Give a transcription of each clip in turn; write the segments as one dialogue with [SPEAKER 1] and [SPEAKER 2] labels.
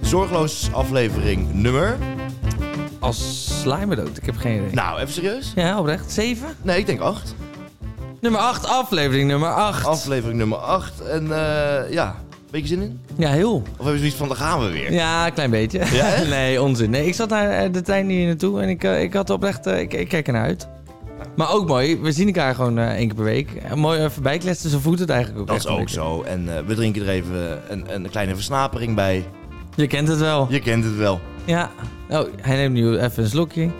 [SPEAKER 1] Zorgeloos aflevering nummer.
[SPEAKER 2] Als slijmer dood, ik heb geen idee.
[SPEAKER 1] Nou, even serieus?
[SPEAKER 2] Ja, oprecht. Zeven?
[SPEAKER 1] Nee, ik denk 8.
[SPEAKER 2] Nummer acht, aflevering nummer acht.
[SPEAKER 1] Aflevering nummer 8. En eh, ja, beetje zin in?
[SPEAKER 2] ja, heel.
[SPEAKER 1] Of hebben we zoiets van, daar gaan we weer?
[SPEAKER 2] Ja, een klein beetje.
[SPEAKER 1] Ja, echt?
[SPEAKER 2] nee, onzin. Nee, ik zat naar eh, de trein hier naartoe en ik, eh, ik had oprecht... eh, ik, ik kijk ernaar uit. Maar ook mooi, we zien elkaar gewoon eh, één keer per week. Eh, mooi even bijkletsen, zo voelt het eigenlijk ook
[SPEAKER 1] Dat
[SPEAKER 2] echt
[SPEAKER 1] is
[SPEAKER 2] een
[SPEAKER 1] ook
[SPEAKER 2] beetje.
[SPEAKER 1] zo. En eh, we drinken er even een, een kleine versnapering bij.
[SPEAKER 2] Je kent het wel.
[SPEAKER 1] Je kent het wel.
[SPEAKER 2] Ja. Oh, hij neemt nu even een slokje.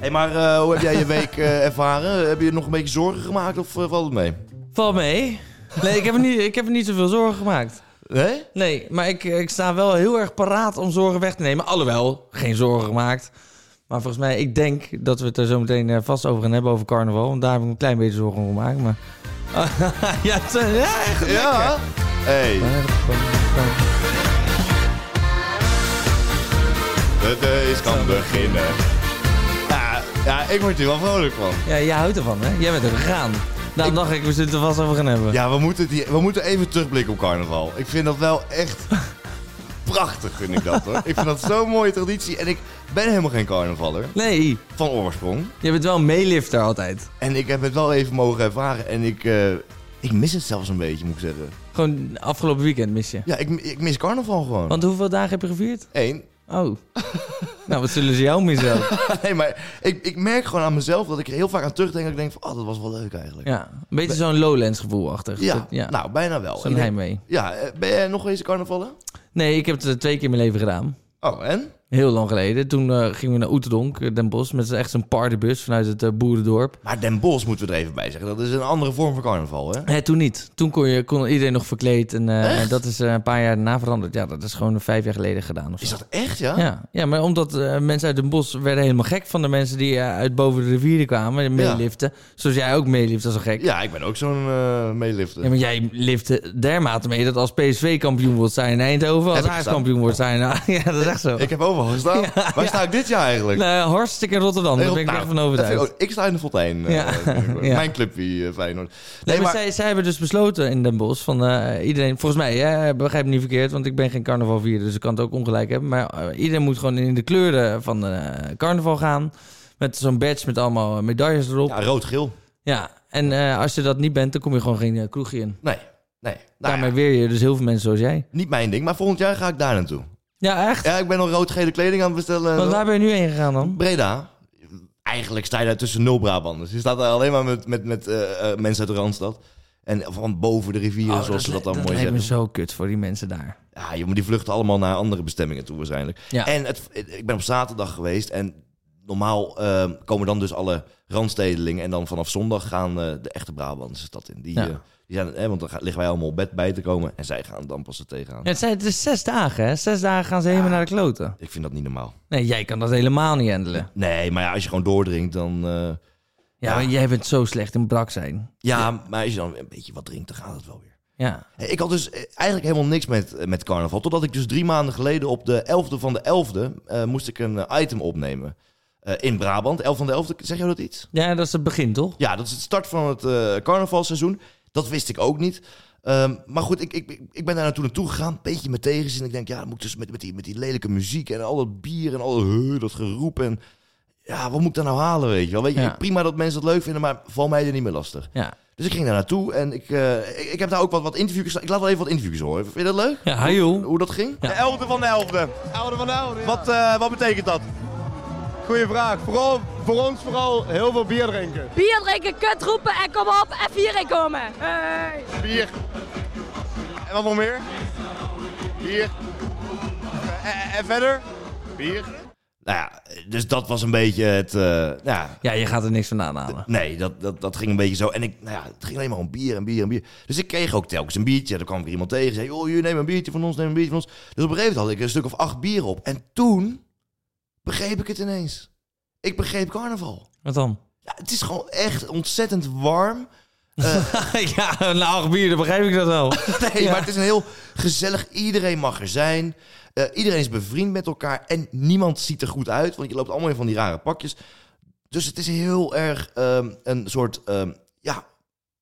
[SPEAKER 1] hey, maar eh, hoe heb jij je week eh, ervaren? Heb je nog een beetje zorgen gemaakt of eh, valt het mee?
[SPEAKER 2] Valt mee. Nee, ik heb, er niet, ik heb er niet zoveel zorgen gemaakt.
[SPEAKER 1] Nee?
[SPEAKER 2] Nee, maar ik, ik sta wel heel erg paraat om zorgen weg te nemen. Alhoewel, geen zorgen gemaakt. Maar volgens mij, ik denk dat we het er zo meteen eh, vast over gaan hebben over carnaval. Want daar heb ik een klein beetje zorgen om gemaakt. Maar... ja, het, eh, ja, echt.
[SPEAKER 1] Ja. Hey. De days kan beginnen. Ja, ja, ik word hier wel vrolijk van.
[SPEAKER 2] Ja, jij houdt ervan, hè? Jij bent er gegaan. Daarom dacht ik, we zullen het er vast over gaan hebben.
[SPEAKER 1] Ja, we moeten, die, we moeten even terugblikken op carnaval. Ik vind dat wel echt prachtig, vind ik dat hoor. Ik vind dat zo'n mooie traditie. En ik ben helemaal geen carnavaller
[SPEAKER 2] Nee,
[SPEAKER 1] van oorsprong.
[SPEAKER 2] je bent wel een meelifter altijd.
[SPEAKER 1] En ik heb het wel even mogen ervaren. En ik, eh, ik mis het zelfs een beetje, moet ik zeggen.
[SPEAKER 2] Gewoon afgelopen weekend mis je.
[SPEAKER 1] Ja, ik, ik mis carnaval gewoon.
[SPEAKER 2] Want hoeveel dagen heb je gevierd?
[SPEAKER 1] Eén.
[SPEAKER 2] Oh. nou, wat zullen ze jou missen? ook?
[SPEAKER 1] Nee, maar ik, ik merk gewoon aan mezelf dat ik er heel vaak aan terugdenk. Dat ik denk van, oh, dat was wel leuk eigenlijk.
[SPEAKER 2] Ja, een beetje zo'n Lowlands gevoelachtig.
[SPEAKER 1] Ja,
[SPEAKER 2] Dat- ja.
[SPEAKER 1] nou, bijna wel.
[SPEAKER 2] zo'n
[SPEAKER 1] En ik-
[SPEAKER 2] heimwee.
[SPEAKER 1] Ja, eh, ben jij nog eens carnavallen?
[SPEAKER 2] Nee, ik heb het eh, twee keer in mijn leven gedaan.
[SPEAKER 1] Oh, en?
[SPEAKER 2] Heel lang geleden. Toen eh, gingen we naar Oeterdonk, eh, Den Bosch, met zo'n- echt zo'n partybus vanuit het eh, boerendorp.
[SPEAKER 1] Maar Den Bosch moeten we er even bij zeggen. Dat is een andere vorm van carnaval, hè?
[SPEAKER 2] Nee, toen niet. Toen kon, je, kon iedereen nog verkleed en eh, dat is eh, een paar jaar daarna veranderd. Ja, dat is gewoon vijf jaar geleden gedaan of zo.
[SPEAKER 1] Is dat echt, ja?
[SPEAKER 2] Ja, ja, maar omdat eh, mensen uit Den Bosch werden helemaal gek van de mensen die eh, uit boven de rivieren kwamen en meeliften. Zoals jij ook meelift als een gek.
[SPEAKER 1] Ja, ik ben ook zo'n eh meelifter.
[SPEAKER 2] Ja, maar jij lifte dermate mee dat als PSV kampioen wordt zijn in Eindhoven, als
[SPEAKER 1] Heb ik
[SPEAKER 2] Ajax
[SPEAKER 1] gestaan.
[SPEAKER 2] kampioen wordt zijn. Ja, dat is echt zo.
[SPEAKER 1] Ik heb overal gestaan. Waar sta ik dit jaar eigenlijk?
[SPEAKER 2] Nou, hartstikke in Rotterdam, daar
[SPEAKER 1] Nee,
[SPEAKER 2] ben ik
[SPEAKER 1] nou,
[SPEAKER 2] echt van
[SPEAKER 1] dat
[SPEAKER 2] overtuigd.
[SPEAKER 1] vind ik ook. Ik sta in de fontein. eh,
[SPEAKER 2] Ja.
[SPEAKER 1] binnenkort.
[SPEAKER 2] Ja.
[SPEAKER 1] Mijn clubje eh Feyenoord.
[SPEAKER 2] Nee,
[SPEAKER 1] Nee,
[SPEAKER 2] maar,
[SPEAKER 1] maar,
[SPEAKER 2] zij, zij hebben dus besloten in Den Bosch van eh, iedereen, volgens mij, hè, begrijp me niet verkeerd, want ik ben geen carnavalvierder, dus ik kan het ook ongelijk hebben. Maar eh, iedereen moet gewoon in de kleuren van eh, carnaval gaan. Met zo'n badge met allemaal eh, medailles erop. Ja,
[SPEAKER 1] ja, rood-geel.
[SPEAKER 2] en eh, als je dat niet bent, dan kom je gewoon geen eh, kroegje in.
[SPEAKER 1] Nee, nee. Nou,
[SPEAKER 2] Daarmee
[SPEAKER 1] ja,
[SPEAKER 2] weer je dus heel veel mensen zoals jij.
[SPEAKER 1] niet mijn ding, maar volgend jaar ga ik daar naartoe.
[SPEAKER 2] Ja, Oh, echt?
[SPEAKER 1] Ja, ik ben al rood-gele kleding aan het bestellen.
[SPEAKER 2] Want waar ben je nu heen gegaan dan?
[SPEAKER 1] Breda. Eigenlijk sta je daar tussen nul Brabanders. Je staat daar alleen maar met, met, met eh, eh, mensen uit de Randstad. En van boven de rivieren,
[SPEAKER 2] Oh,
[SPEAKER 1] zoals ze dat dan
[SPEAKER 2] dat
[SPEAKER 1] mooi
[SPEAKER 2] lijkt me
[SPEAKER 1] zeggen.
[SPEAKER 2] zo kut voor die mensen daar.
[SPEAKER 1] Ja, joh, maar die vluchten allemaal naar andere bestemmingen toe waarschijnlijk.
[SPEAKER 2] Ja.
[SPEAKER 1] En het, ik ben op zaterdag geweest en normaal eh, komen dan dus alle randstedelingen. En dan vanaf zondag gaan eh, de echte Brabantse stad in. Die,
[SPEAKER 2] Ja.
[SPEAKER 1] eh, die zijn, hè, want dan gaan- liggen wij allemaal op bed bij te komen. En zij gaan dan pas er tegenaan.
[SPEAKER 2] Ja, het, zijn, het is zes dagen, hè? Zes dagen gaan ze helemaal naar de kloten.
[SPEAKER 1] Ik vind dat niet normaal.
[SPEAKER 2] Nee, jij kan dat helemaal niet handelen.
[SPEAKER 1] Nee, maar ja, als je gewoon doordrinkt, dan... eh,
[SPEAKER 2] Ja,
[SPEAKER 1] Ja.
[SPEAKER 2] maar jij bent zo slecht in brak zijn.
[SPEAKER 1] ja, maar als je dan een beetje wat drinkt, dan gaat het wel weer.
[SPEAKER 2] Ja.
[SPEAKER 1] Ik had dus eh, eigenlijk helemaal niks met, eh, met carnaval. Totdat ik dus drie maanden geleden op de 11e van de 11e eh, moest ik een eh, item opnemen. Eh, in Brabant, 11 van de 11e, zeg jou dat iets?
[SPEAKER 2] ja, dat is het begin, toch?
[SPEAKER 1] Ja, dat is het start van het eh, carnavalseizoen. Dat wist ik ook niet. Ehm, maar goed, ik, ik, ik- ik ben daar naartoe naartoe gegaan. Een beetje met tegenzin. Ik denk, ja, dan moet ik dus met, met, die, met die lelijke muziek en al dat bier en al dat, huh, dat geroep. En ja, wat moet ik daar nou halen, weet je wel? Weet je,
[SPEAKER 2] Ja.
[SPEAKER 1] Prima dat mensen dat leuk vinden, maar val mij er niet meer lastig.
[SPEAKER 2] Ja.
[SPEAKER 1] Dus ik ging daar naartoe en ik, eh, ik, ik heb daar ook wat, wat interviews. Ik laat wel even wat interviews horen. Vind je dat leuk?
[SPEAKER 2] Ja, hi, joh.
[SPEAKER 1] Hoe dat ging?
[SPEAKER 2] Ja.
[SPEAKER 1] De elfde van de elfde.
[SPEAKER 3] Oude van oude. Ja.
[SPEAKER 1] Wat, wat betekent dat?
[SPEAKER 3] Goeie vraag. Vooral, voor ons vooral heel veel bier drinken.
[SPEAKER 4] Bier drinken, kut roepen en kom op en hierin komen. Hey.
[SPEAKER 3] Bier. En wat nog meer? Bier. En, en verder? Bier.
[SPEAKER 1] Nou ja, dus dat was een beetje het... eh, nou ja,
[SPEAKER 2] Ja, je gaat er niks van aanhalen.
[SPEAKER 1] nee, dat, dat, dat ging een beetje zo. En ik, nou ja, het ging alleen maar om bier en bier en bier. Dus ik kreeg ook telkens een biertje. Dan kwam ik iemand tegen en zei... joh, jullie nemen een biertje van ons, neem een biertje van ons. Dus op een gegeven moment had ik een stuk of acht bier op. En toen begreep ik het ineens. Ik begreep carnaval.
[SPEAKER 2] Wat dan?
[SPEAKER 1] Ja, het is gewoon echt ontzettend warm.
[SPEAKER 2] ja, een acht bier, dan begrijp ik dat wel.
[SPEAKER 1] Nee, maar het is een heel gezellig. Iedereen mag er zijn. Eh, iedereen is bevriend met elkaar. En niemand ziet er goed uit. Want je loopt allemaal in van die rare pakjes. Dus het is heel erg ehm, een soort ehm, ja,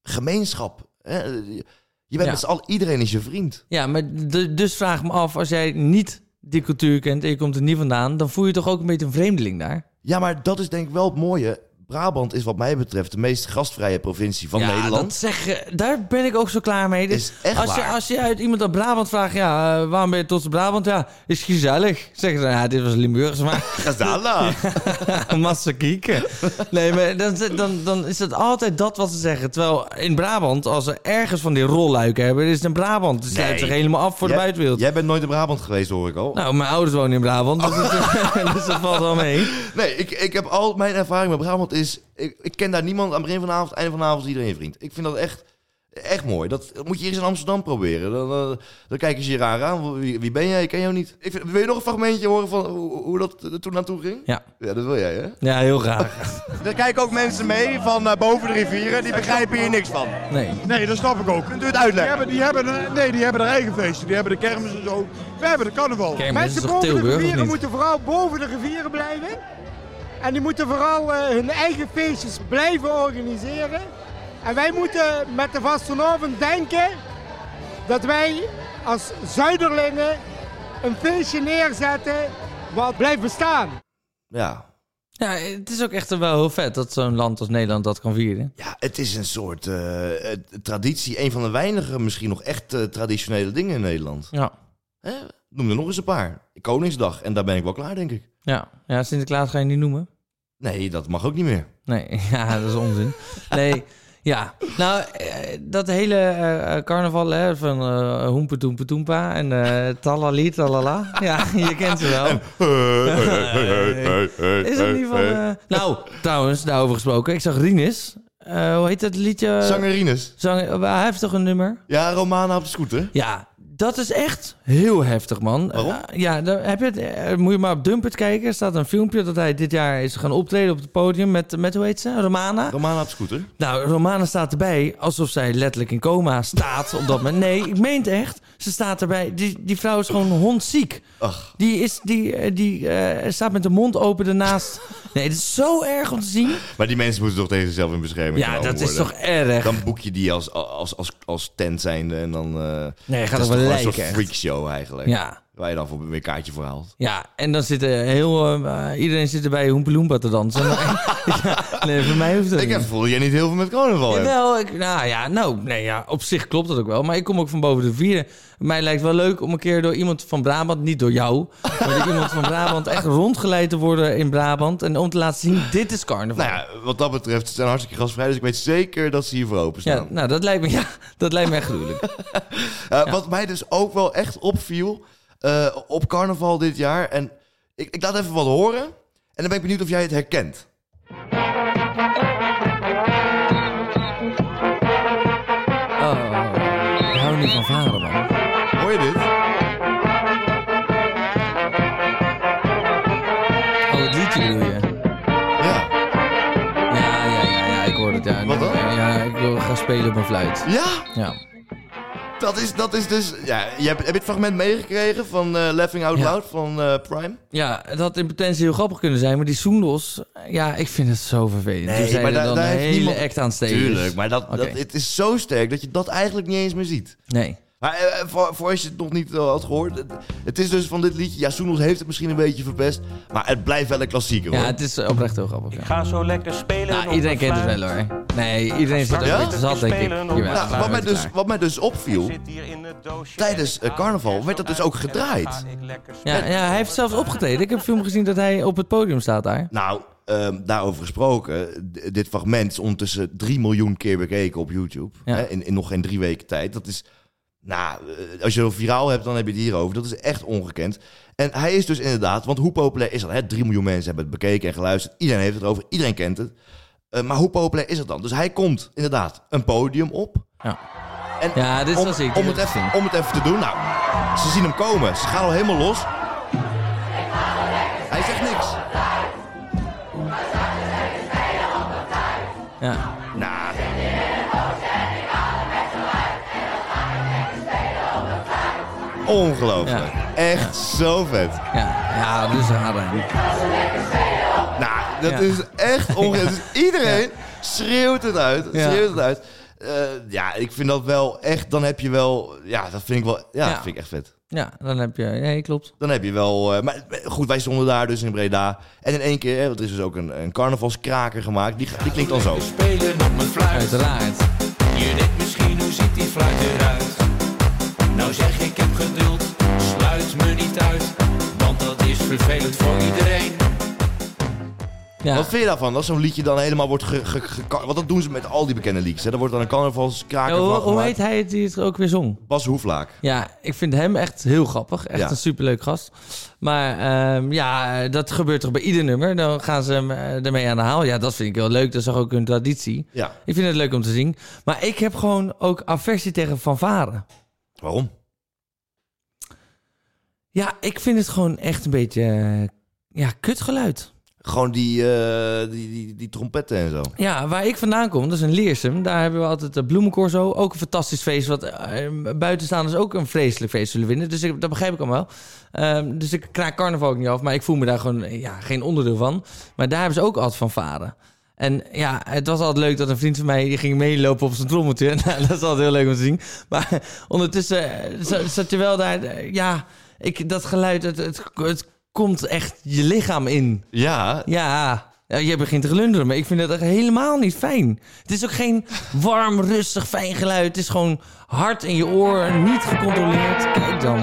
[SPEAKER 1] gemeenschap. Hè? Je bent
[SPEAKER 2] Ja.
[SPEAKER 1] met z'n allen, iedereen is je vriend.
[SPEAKER 2] Ja, maar d- dus vraag me af, als jij niet die cultuur kent en je komt er niet vandaan, dan voel je je toch ook een beetje een vreemdeling daar.
[SPEAKER 1] Ja, maar dat is denk ik wel het mooie. Brabant is wat mij betreft de meest gastvrije provincie van
[SPEAKER 2] ja,
[SPEAKER 1] Nederland.
[SPEAKER 2] Dat zeg, eh, daar ben ik ook zo klaar mee. Dus
[SPEAKER 1] Is echt
[SPEAKER 2] als, je,
[SPEAKER 1] waar.
[SPEAKER 2] als je uit iemand uit Brabant vraagt, ja, eh, waarom ben je tot Brabant? Ja, is gezellig. Zeggen ze, ja, dit was Limburgs, maar
[SPEAKER 1] Gezellig.
[SPEAKER 2] Massa kieken. Nee, maar dan, dan, dan is dat altijd dat wat ze zeggen. Terwijl in Brabant, als ze ergens van die rolluiken hebben, is het in Brabant. Het sluit
[SPEAKER 1] Nee.
[SPEAKER 2] zich helemaal af voor de
[SPEAKER 1] Jij-
[SPEAKER 2] buitenwereld.
[SPEAKER 1] Jij bent nooit in Brabant geweest, hoor ik al.
[SPEAKER 2] Nou, mijn ouders wonen in Brabant, dus, dat- dus dat valt wel mee.
[SPEAKER 1] Nee, ik, ik heb al mijn ervaring met Brabant is... Ik, ik ken daar niemand aan het begin van de avond, einde van de avond is iedereen vriend. Ik vind dat echt, echt mooi. Dat moet je eens in Amsterdam proberen. Dan, eh, dan kijken ze je raar aan. Wie, wie ben jij? Ik ken jou niet. Ik vind- wil je nog een fragmentje horen van hoe, hoe dat er toen naartoe ging?
[SPEAKER 2] Ja,
[SPEAKER 1] Ja, dat wil jij, hè?
[SPEAKER 2] ja heel graag.
[SPEAKER 3] Er kijken ook mensen mee van eh, boven de rivieren, die begrijpen hier niks van.
[SPEAKER 2] Nee.
[SPEAKER 5] Nee, dat snap ik ook.
[SPEAKER 3] Kunt u het uitleggen?
[SPEAKER 5] Die hebben, die hebben, een- nee, die hebben hun eigen feesten. Die hebben de kermis en zo. Wij hebben de carnaval.
[SPEAKER 2] Kijk, maar dit is toch
[SPEAKER 6] Mensen boven de
[SPEAKER 2] Tilburg, of
[SPEAKER 6] rivieren
[SPEAKER 2] niet?
[SPEAKER 6] moeten vooral boven de rivieren blijven. En die moeten vooral eh, hun eigen feestjes blijven organiseren. En wij moeten met de Vastenavond denken dat wij als Zuiderlingen een feestje neerzetten wat blijft bestaan.
[SPEAKER 1] Ja.
[SPEAKER 2] Ja, het is ook echt wel heel vet dat zo'n land als Nederland dat kan vieren.
[SPEAKER 1] Ja, het is een soort eh, eh, traditie. Een van de weinige misschien nog echt eh, traditionele dingen in Nederland.
[SPEAKER 2] Ja.
[SPEAKER 1] Hè? Noem er nog eens een paar. Koningsdag. En daar ben ik wel klaar, denk ik.
[SPEAKER 2] Ja, ja Sinterklaas ga je niet noemen.
[SPEAKER 1] Nee, dat mag ook niet meer.
[SPEAKER 2] Nee, ja, dat is onzin. Nee, ja. Nou, eh, dat hele eh, eh, carnaval hè, van eh hoempa toempa toempa en eh talali talala. Ja, je kent ze wel. Is het niet van... eh, Nou, trouwens, daarover gesproken. Ik zag Rinus. Eh, hoe heet dat liedje?
[SPEAKER 1] Zangerines.
[SPEAKER 2] Zang, eh, hij heeft toch een nummer?
[SPEAKER 1] Ja, Romana op de scooter.
[SPEAKER 2] Ja, dat is echt heel heftig, man.
[SPEAKER 1] Waarom?
[SPEAKER 2] Eh, ja, dan heb je het, eh, moet je maar op Dumpert kijken. Er staat een filmpje dat hij dit jaar is gaan optreden op het podium met, met hoe heet ze? Romana.
[SPEAKER 1] Romana op de scooter.
[SPEAKER 2] Nou, Romana staat erbij alsof zij letterlijk in coma staat op dat moment. Nee, ik meen het echt. Ze staat erbij. Die, die vrouw is gewoon hondziek.
[SPEAKER 1] Ach.
[SPEAKER 2] Die, is, die, eh, die eh, staat met de mond open ernaast. Nee, het is zo erg om te zien.
[SPEAKER 1] Maar die mensen moeten toch tegen zichzelf in bescherming
[SPEAKER 2] Ja,
[SPEAKER 1] genomen
[SPEAKER 2] dat is
[SPEAKER 1] worden?
[SPEAKER 2] toch erg.
[SPEAKER 1] nou Dan boek je die als, als, als, als tent zijnde en dan... eh
[SPEAKER 2] Nee,
[SPEAKER 1] dat is
[SPEAKER 2] gaat toch wel
[SPEAKER 1] toch een
[SPEAKER 2] lijken.
[SPEAKER 1] soort
[SPEAKER 2] echt.
[SPEAKER 1] freakshow eigenlijk.
[SPEAKER 2] Ja.
[SPEAKER 1] Waar je dan voor weer kaartje voor haalt.
[SPEAKER 2] Ja, en dan zit er heel... eh, eh, iedereen zit er bij Hoempa Loempa te dansen. Maar- ja, nee, voor mij hoeft dat
[SPEAKER 1] Ik
[SPEAKER 2] niet.
[SPEAKER 1] heb het gevoel dat jij niet heel veel met carnaval hebt.
[SPEAKER 2] Ehm. Jawel, ik, nou ja, nou, nee, ja, op zich klopt dat ook wel. Maar ik kom ook van boven de vieren. Mij lijkt wel leuk om een keer door iemand van Brabant, niet door jou, maar door iemand van Brabant echt rondgeleid te worden in Brabant. En om te laten zien, dit is carnaval.
[SPEAKER 1] Nou ja, wat dat betreft, ze zijn hartstikke gastvrij. Dus ik weet zeker dat ze hiervoor
[SPEAKER 2] ja,
[SPEAKER 1] openstaan.
[SPEAKER 2] nou, dat lijkt me, ja, dat lijkt me echt gruwelijk. Oh,
[SPEAKER 1] Eh, Wat mij dus ook wel echt opviel eh, op carnaval dit jaar. En ik, ik laat even wat horen. En dan ben ik benieuwd of jij het herkent.
[SPEAKER 2] Oh, ik hou niet van varen, man.
[SPEAKER 1] Hoor je dit?
[SPEAKER 2] Oh, het liedje bedoel je?
[SPEAKER 1] Ja.
[SPEAKER 2] Ja, ja, ja, ja, ik hoor het, ja.
[SPEAKER 1] Wat dan?
[SPEAKER 2] Ja, ik wil gaan spelen op mijn fluit.
[SPEAKER 1] Ja,
[SPEAKER 2] Ja.
[SPEAKER 1] dat is, dat is dus... Ja, je hebt, heb je het fragment meegekregen van eh Laughing Out
[SPEAKER 2] Ja.
[SPEAKER 1] Loud van eh, Prime?
[SPEAKER 2] Ja, het had in potentie heel grappig kunnen zijn, maar die zoendos, ja, ik vind het zo vervelend.
[SPEAKER 1] Nee,
[SPEAKER 2] Toen zijn
[SPEAKER 1] maar
[SPEAKER 2] er
[SPEAKER 1] daar-
[SPEAKER 2] dan
[SPEAKER 1] daar
[SPEAKER 2] een
[SPEAKER 1] heeft
[SPEAKER 2] hele
[SPEAKER 1] niemand-
[SPEAKER 2] act aan steken.
[SPEAKER 1] Tuurlijk, maar dat, dat,
[SPEAKER 2] Oké.
[SPEAKER 1] het is zo sterk dat je dat eigenlijk niet eens meer ziet.
[SPEAKER 2] Nee.
[SPEAKER 1] Maar eh, voor, voor als je het nog niet eh, had gehoord, het, het is dus van dit liedje. Ja, Soenos heeft het misschien een beetje verpest, maar het blijft wel een klassieker.
[SPEAKER 2] Ja,
[SPEAKER 1] hoor.
[SPEAKER 2] het is eh, oprecht heel grappig. Ja.
[SPEAKER 7] Ga zo lekker spelen.
[SPEAKER 2] Nou, iedereen kent het wel hoor. Nee, iedereen zit er
[SPEAKER 1] Ja?
[SPEAKER 2] ook te zat, denk ik.
[SPEAKER 7] Nou,
[SPEAKER 2] Jawel,
[SPEAKER 1] Nou, wat, mij
[SPEAKER 2] het
[SPEAKER 1] dus,
[SPEAKER 2] klaar.
[SPEAKER 1] wat mij dus opviel,
[SPEAKER 7] Tijdens eh, carnaval werd dat dus ook gedraaid.
[SPEAKER 2] Ja, ja, hij heeft zelfs opgetreden. Ik heb een film gezien dat hij op het podium staat daar.
[SPEAKER 1] nou, ehm, daarover gesproken, d- dit fragment is ondertussen 3 miljoen keer bekeken op YouTube.
[SPEAKER 2] Ja.
[SPEAKER 1] Hè, in, in nog geen drie weken tijd. Dat is, nou, eh, als je het viraal hebt, dan heb je het hierover. Dat is echt ongekend. En hij is dus inderdaad, want hoe populair is dat? Hè? 3 miljoen mensen hebben het bekeken en geluisterd. Iedereen heeft het over, iedereen kent het. Eh, maar hoe populair is dat dan? Dus hij komt inderdaad een podium op.
[SPEAKER 2] Ja.
[SPEAKER 1] En
[SPEAKER 2] Ja, dit
[SPEAKER 1] om,
[SPEAKER 2] was ik.
[SPEAKER 1] om, het even, om het even te doen. Nou, ze zien hem komen. Ze gaan al helemaal los. Hij zegt niks.
[SPEAKER 2] Ja.
[SPEAKER 1] Nou, Ongelooflijk. Echt zo vet.
[SPEAKER 2] Ja. ja, dus raar.
[SPEAKER 1] Nou, dat
[SPEAKER 2] Ja.
[SPEAKER 1] is echt ongelooflijk. Dus iedereen schreeuwt het uit.
[SPEAKER 2] Ja.
[SPEAKER 1] Schreeuwt het uit. Eh, ja, ik vind dat wel echt. Dan heb je wel. Ja, dat vind ik wel. Ja,
[SPEAKER 2] Ja.
[SPEAKER 1] dat vind ik echt vet.
[SPEAKER 2] Ja, dan heb je... Nee, klopt.
[SPEAKER 1] Dan heb je wel... eh, maar eh, goed, wij stonden daar dus in Breda. En in één keer, hè, want er is dus ook een, een carnavalskraker gemaakt. Die, die klinkt dan zo.
[SPEAKER 8] Spelen op een fluit.
[SPEAKER 2] Uiteraard.
[SPEAKER 8] Je denkt misschien hoe ziet die fluit eruit? Nou zeg ik heb geduld, sluit me niet uit. Want dat is vervelend voor iedereen.
[SPEAKER 2] Ja.
[SPEAKER 1] Wat vind je daarvan? Dat zo'n liedje dan helemaal wordt ge, ge, ge- Want dat doen ze met al die bekende liedjes. Hè? Daar wordt dan een carnavalskraker
[SPEAKER 2] Ja, hoe,
[SPEAKER 1] van
[SPEAKER 2] hoe
[SPEAKER 1] gemaakt.
[SPEAKER 2] heet hij het die het ook weer zong?
[SPEAKER 1] Bas Hoeflaak.
[SPEAKER 2] Ja, ik vind hem echt heel grappig. Echt
[SPEAKER 1] Ja.
[SPEAKER 2] een superleuk gast. Maar ehm, ja, dat gebeurt toch bij ieder nummer. Dan gaan ze hem eh, ermee aan de haal. Ja, dat vind ik heel leuk. Dat is toch ook hun traditie.
[SPEAKER 1] Ja.
[SPEAKER 2] Ik vind het leuk om te zien. Maar ik heb gewoon ook aversie tegen fanfaren.
[SPEAKER 1] Waarom?
[SPEAKER 2] Ja, ik vind het gewoon echt een beetje... eh, Ja, kutgeluid.
[SPEAKER 1] Gewoon die, eh, die, die, die trompetten en zo.
[SPEAKER 2] Ja, waar ik vandaan kom, dat is een Leersum. Daar hebben we altijd de bloemencorso. Ook een fantastisch feest. Wat eh, buitenstaanders ook een vreselijk feest zullen winnen. Dus ik, dat begrijp ik allemaal wel. Ehm, dus ik kraak carnaval ook niet af. Maar ik voel me daar gewoon eh, ja, geen onderdeel van. Maar daar hebben ze ook altijd van varen. En ja, het was altijd leuk dat een vriend van mij die ging meelopen op zijn trommeltje. Nou, dat is altijd heel leuk om te zien. Maar ondertussen eh, za- zat je wel daar. eh, Ja, ik, dat geluid, het, het, het komt echt je lichaam in.
[SPEAKER 1] Ja,
[SPEAKER 2] Ja, ja, jij begint te glunderen, maar ik vind dat echt helemaal niet fijn. Het is ook geen warm, rustig, fijn geluid. Het is gewoon hard in je oor, niet gecontroleerd. Kijk dan.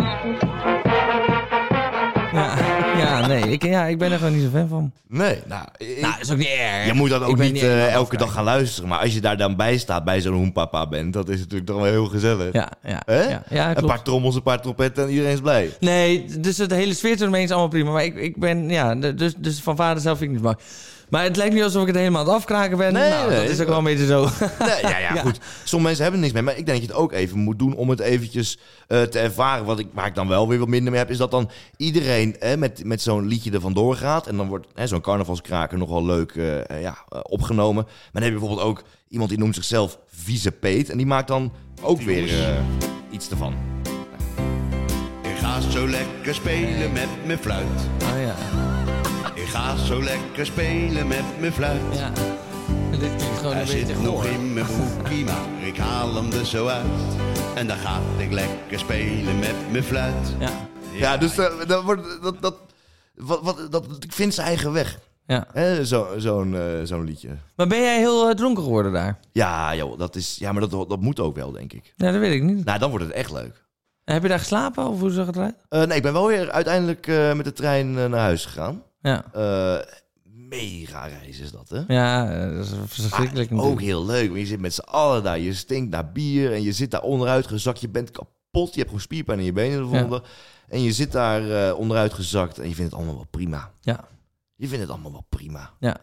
[SPEAKER 2] Ja, ja nee, ik, ja, ik ben er gewoon niet zo fan van.
[SPEAKER 1] nee. Nou, ik-
[SPEAKER 2] Nou, is ook niet erg.
[SPEAKER 1] je moet dat
[SPEAKER 2] Ik
[SPEAKER 1] ook
[SPEAKER 2] ben
[SPEAKER 1] niet eh,
[SPEAKER 2] erg aan het
[SPEAKER 1] elke
[SPEAKER 2] afkijken.
[SPEAKER 1] dag gaan luisteren. Maar als je daar dan bij staat, bij zo'n hoempapa bent, dat is natuurlijk toch wel heel gezellig.
[SPEAKER 2] Ja, ja,
[SPEAKER 1] Hè?
[SPEAKER 2] ja, ja
[SPEAKER 1] een
[SPEAKER 2] klopt.
[SPEAKER 1] paar trommels, een paar trompetten en iedereen is blij.
[SPEAKER 2] Nee, dus het hele sfeer eromheen is allemaal prima. Maar ik, ik ben, ja, de- dus, dus van vader zelf vind ik niet mooi. Maar het lijkt niet alsof ik het helemaal aan het afkraken ben.
[SPEAKER 1] Nee,
[SPEAKER 2] nou,
[SPEAKER 1] nee. Oh
[SPEAKER 2] dat is ook wel een beetje zo.
[SPEAKER 1] Nee, ja, ja,
[SPEAKER 2] Ja.
[SPEAKER 1] goed. Sommige mensen hebben er niks mee. Maar ik denk dat je het ook even moet doen om het eventjes eh, te ervaren. Wat ik, waar ik dan wel weer wat minder mee heb, is dat dan iedereen eh, met, met zo'n liedje er vandoor gaat. En dan wordt hè, zo'n carnavalskraker nogal leuk eh, eh, ja, eh, opgenomen. Maar dan heb je bijvoorbeeld ook iemand die noemt zichzelf Vieze Peet. En die maakt dan ook weer eh, iets ervan.
[SPEAKER 9] Ik ga zo lekker spelen met mijn fluit.
[SPEAKER 2] Oh ja,
[SPEAKER 9] Ik ga zo lekker spelen met mijn
[SPEAKER 1] Oh,
[SPEAKER 9] fluit.
[SPEAKER 2] ja. Dit klinkt gewoon een
[SPEAKER 9] Hij
[SPEAKER 2] beetje
[SPEAKER 9] zit nog
[SPEAKER 2] goor.
[SPEAKER 9] in mijn broekie, maar ik haal hem er zo uit. En dan ga ik lekker spelen met mijn fluit.
[SPEAKER 2] Ja,
[SPEAKER 1] Ja, dus eh, dat wordt, dat, dat, wat, wat, dat ik vind zijn eigen weg.
[SPEAKER 2] ja.
[SPEAKER 1] hè, zo- Zo'n eh, zo'n liedje.
[SPEAKER 2] Maar ben jij heel eh, dronken geworden daar?
[SPEAKER 1] Ja, joh, dat is, ja, maar dat, dat moet ook wel, denk ik.
[SPEAKER 2] Ja, dat weet ik niet.
[SPEAKER 1] Nou, dan wordt het echt leuk.
[SPEAKER 2] Heb je daar geslapen of hoe zag het eruit?
[SPEAKER 1] Eh, nee, ik ben wel weer uiteindelijk eh, met de trein eh, naar huis gegaan.
[SPEAKER 2] Ja,
[SPEAKER 1] Eh, mega reis is dat, hè?
[SPEAKER 2] ja eh, dat is verschrikkelijk
[SPEAKER 1] Ah, ook
[SPEAKER 2] natuurlijk.
[SPEAKER 1] heel leuk. want Je zit met z'n allen daar. Je stinkt naar bier en je zit daar onderuit gezakt. Je bent kapot. Je hebt gewoon spierpijn in je benen de volgende dag. En je zit daar eh, onderuit gezakt en je vindt het allemaal wel prima.
[SPEAKER 2] Ja.
[SPEAKER 1] Je vindt het allemaal wel prima.
[SPEAKER 2] Ja.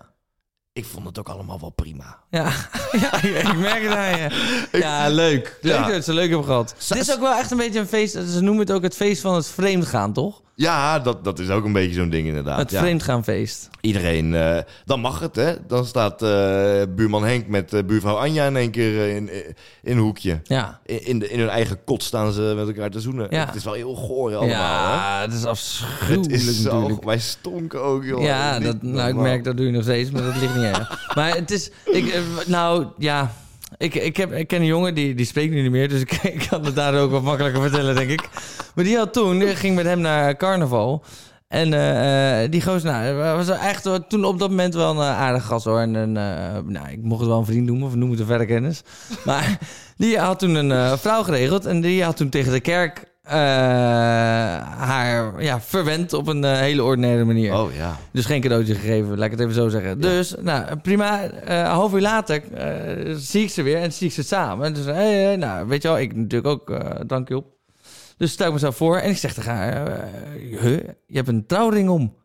[SPEAKER 1] Ik vond het ook allemaal wel prima.
[SPEAKER 2] Ja. ja, ik merk het aan je. Ja, leuk. Leuk
[SPEAKER 1] Ja.
[SPEAKER 2] dat je het zo leuk hebben gehad.
[SPEAKER 1] Sa-
[SPEAKER 2] Dit is ook wel echt een beetje een feest. Ze noemen het ook het feest van het vreemdgaan, toch?
[SPEAKER 1] Ja, dat, dat is ook een beetje zo'n ding inderdaad.
[SPEAKER 2] Het
[SPEAKER 1] ja.
[SPEAKER 2] vreemdgaanfeest.
[SPEAKER 1] Iedereen, eh, dan mag het hè. Dan staat eh, buurman Henk met eh, buurvrouw Anja in één keer eh, in, in een hoekje.
[SPEAKER 2] Ja.
[SPEAKER 1] In, in, de, in hun eigen kot staan ze met elkaar te zoenen.
[SPEAKER 2] Ja.
[SPEAKER 1] Het is wel heel goor hè, allemaal hè.
[SPEAKER 2] ja, het is
[SPEAKER 1] Het
[SPEAKER 2] afschuwelijk
[SPEAKER 1] is zo,
[SPEAKER 2] natuurlijk.
[SPEAKER 1] wij stonken ook joh.
[SPEAKER 2] Ja,
[SPEAKER 1] Niet
[SPEAKER 2] dat, nou, ik
[SPEAKER 1] normaal.
[SPEAKER 2] merk dat doe je nog steeds, maar dat ligt niet erg. Maar het is, ik, eh, nou ja, ik, ik, heb, ik ken een jongen die, die spreekt nu niet meer, dus ik, ik kan het daar ook wat makkelijker vertellen, denk ik. Maar die had toen, die ging met hem naar carnaval. En eh, eh, die gozer, nou, was echt wel- toen op dat moment wel een eh, aardig gast hoor. En een, eh, nou, ik mocht het wel een vriend noemen, of noem het een verre kennis. Maar die had toen een eh, vrouw geregeld en die had toen tegen de kerk eh, haar ja, verwend op een eh, hele ordinaire manier.
[SPEAKER 1] Oh ja.
[SPEAKER 2] Dus geen cadeautje gegeven, laat ik het even zo zeggen. Dus, nou, prima. Eh, een half uur later eh, zie ik ze weer en zie ik ze samen. En dus, hey, eh, nou, weet je wel, ik natuurlijk ook, eh, dank je op. Dus stel ik mezelf voor en ik zeg tegen haar, eh, huh, je hebt een trouwring om.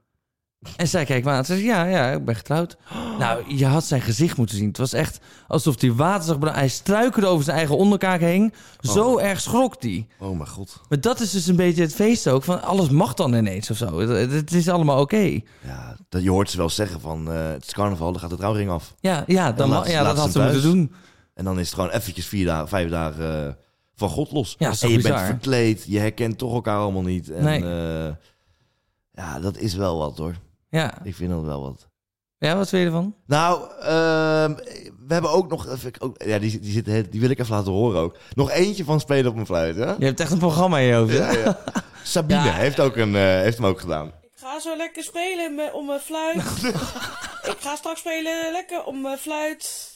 [SPEAKER 2] En zij kijkt me aan en ze zegt, ja, ja, ik ben getrouwd. Nou, je had zijn gezicht moeten zien. Het was echt alsof hij waterzag. Hij struikelde over zijn eigen onderkaak heen. Zo erg schrok hij.
[SPEAKER 1] Oh mijn god.
[SPEAKER 2] Maar dat is dus een beetje het feest ook. Van alles mag dan ineens of zo. Het, het is allemaal oké.
[SPEAKER 1] Ja, dat, je hoort ze wel zeggen van eh, het is carnaval, dan gaat de trouwring af.
[SPEAKER 2] Ja, ja, dan,
[SPEAKER 1] En laat-
[SPEAKER 2] ja
[SPEAKER 1] laat
[SPEAKER 2] dat
[SPEAKER 1] ze
[SPEAKER 2] had ze
[SPEAKER 1] hem
[SPEAKER 2] moeten
[SPEAKER 1] thuis.
[SPEAKER 2] doen.
[SPEAKER 1] En dan is het gewoon eventjes vier dagen, vijf dagen eh, van God los.
[SPEAKER 2] Ja, dat is
[SPEAKER 1] en
[SPEAKER 2] toch
[SPEAKER 1] je bent
[SPEAKER 2] bizar?
[SPEAKER 1] verkleed, je herkent toch elkaar allemaal niet. En,
[SPEAKER 2] Nee.
[SPEAKER 1] eh, ja, dat is wel wat hoor.
[SPEAKER 2] Ja.
[SPEAKER 1] Ik vind dat wel wat.
[SPEAKER 2] ja, wat vind je ervan?
[SPEAKER 1] Nou, ehm, we hebben ook nog... even- ook- Ja, die, die, zit, die wil ik even laten horen ook. Nog eentje van Spelen op mijn fluit, hè?
[SPEAKER 2] Je hebt echt een programma in je hoofd. hè?
[SPEAKER 1] Ja, ja. Sabine
[SPEAKER 2] Ja.
[SPEAKER 1] heeft, ook een, eh, heeft hem ook gedaan.
[SPEAKER 10] Ik ga zo lekker spelen me- om mijn fluit. ik ga straks spelen lekker om mijn fluit.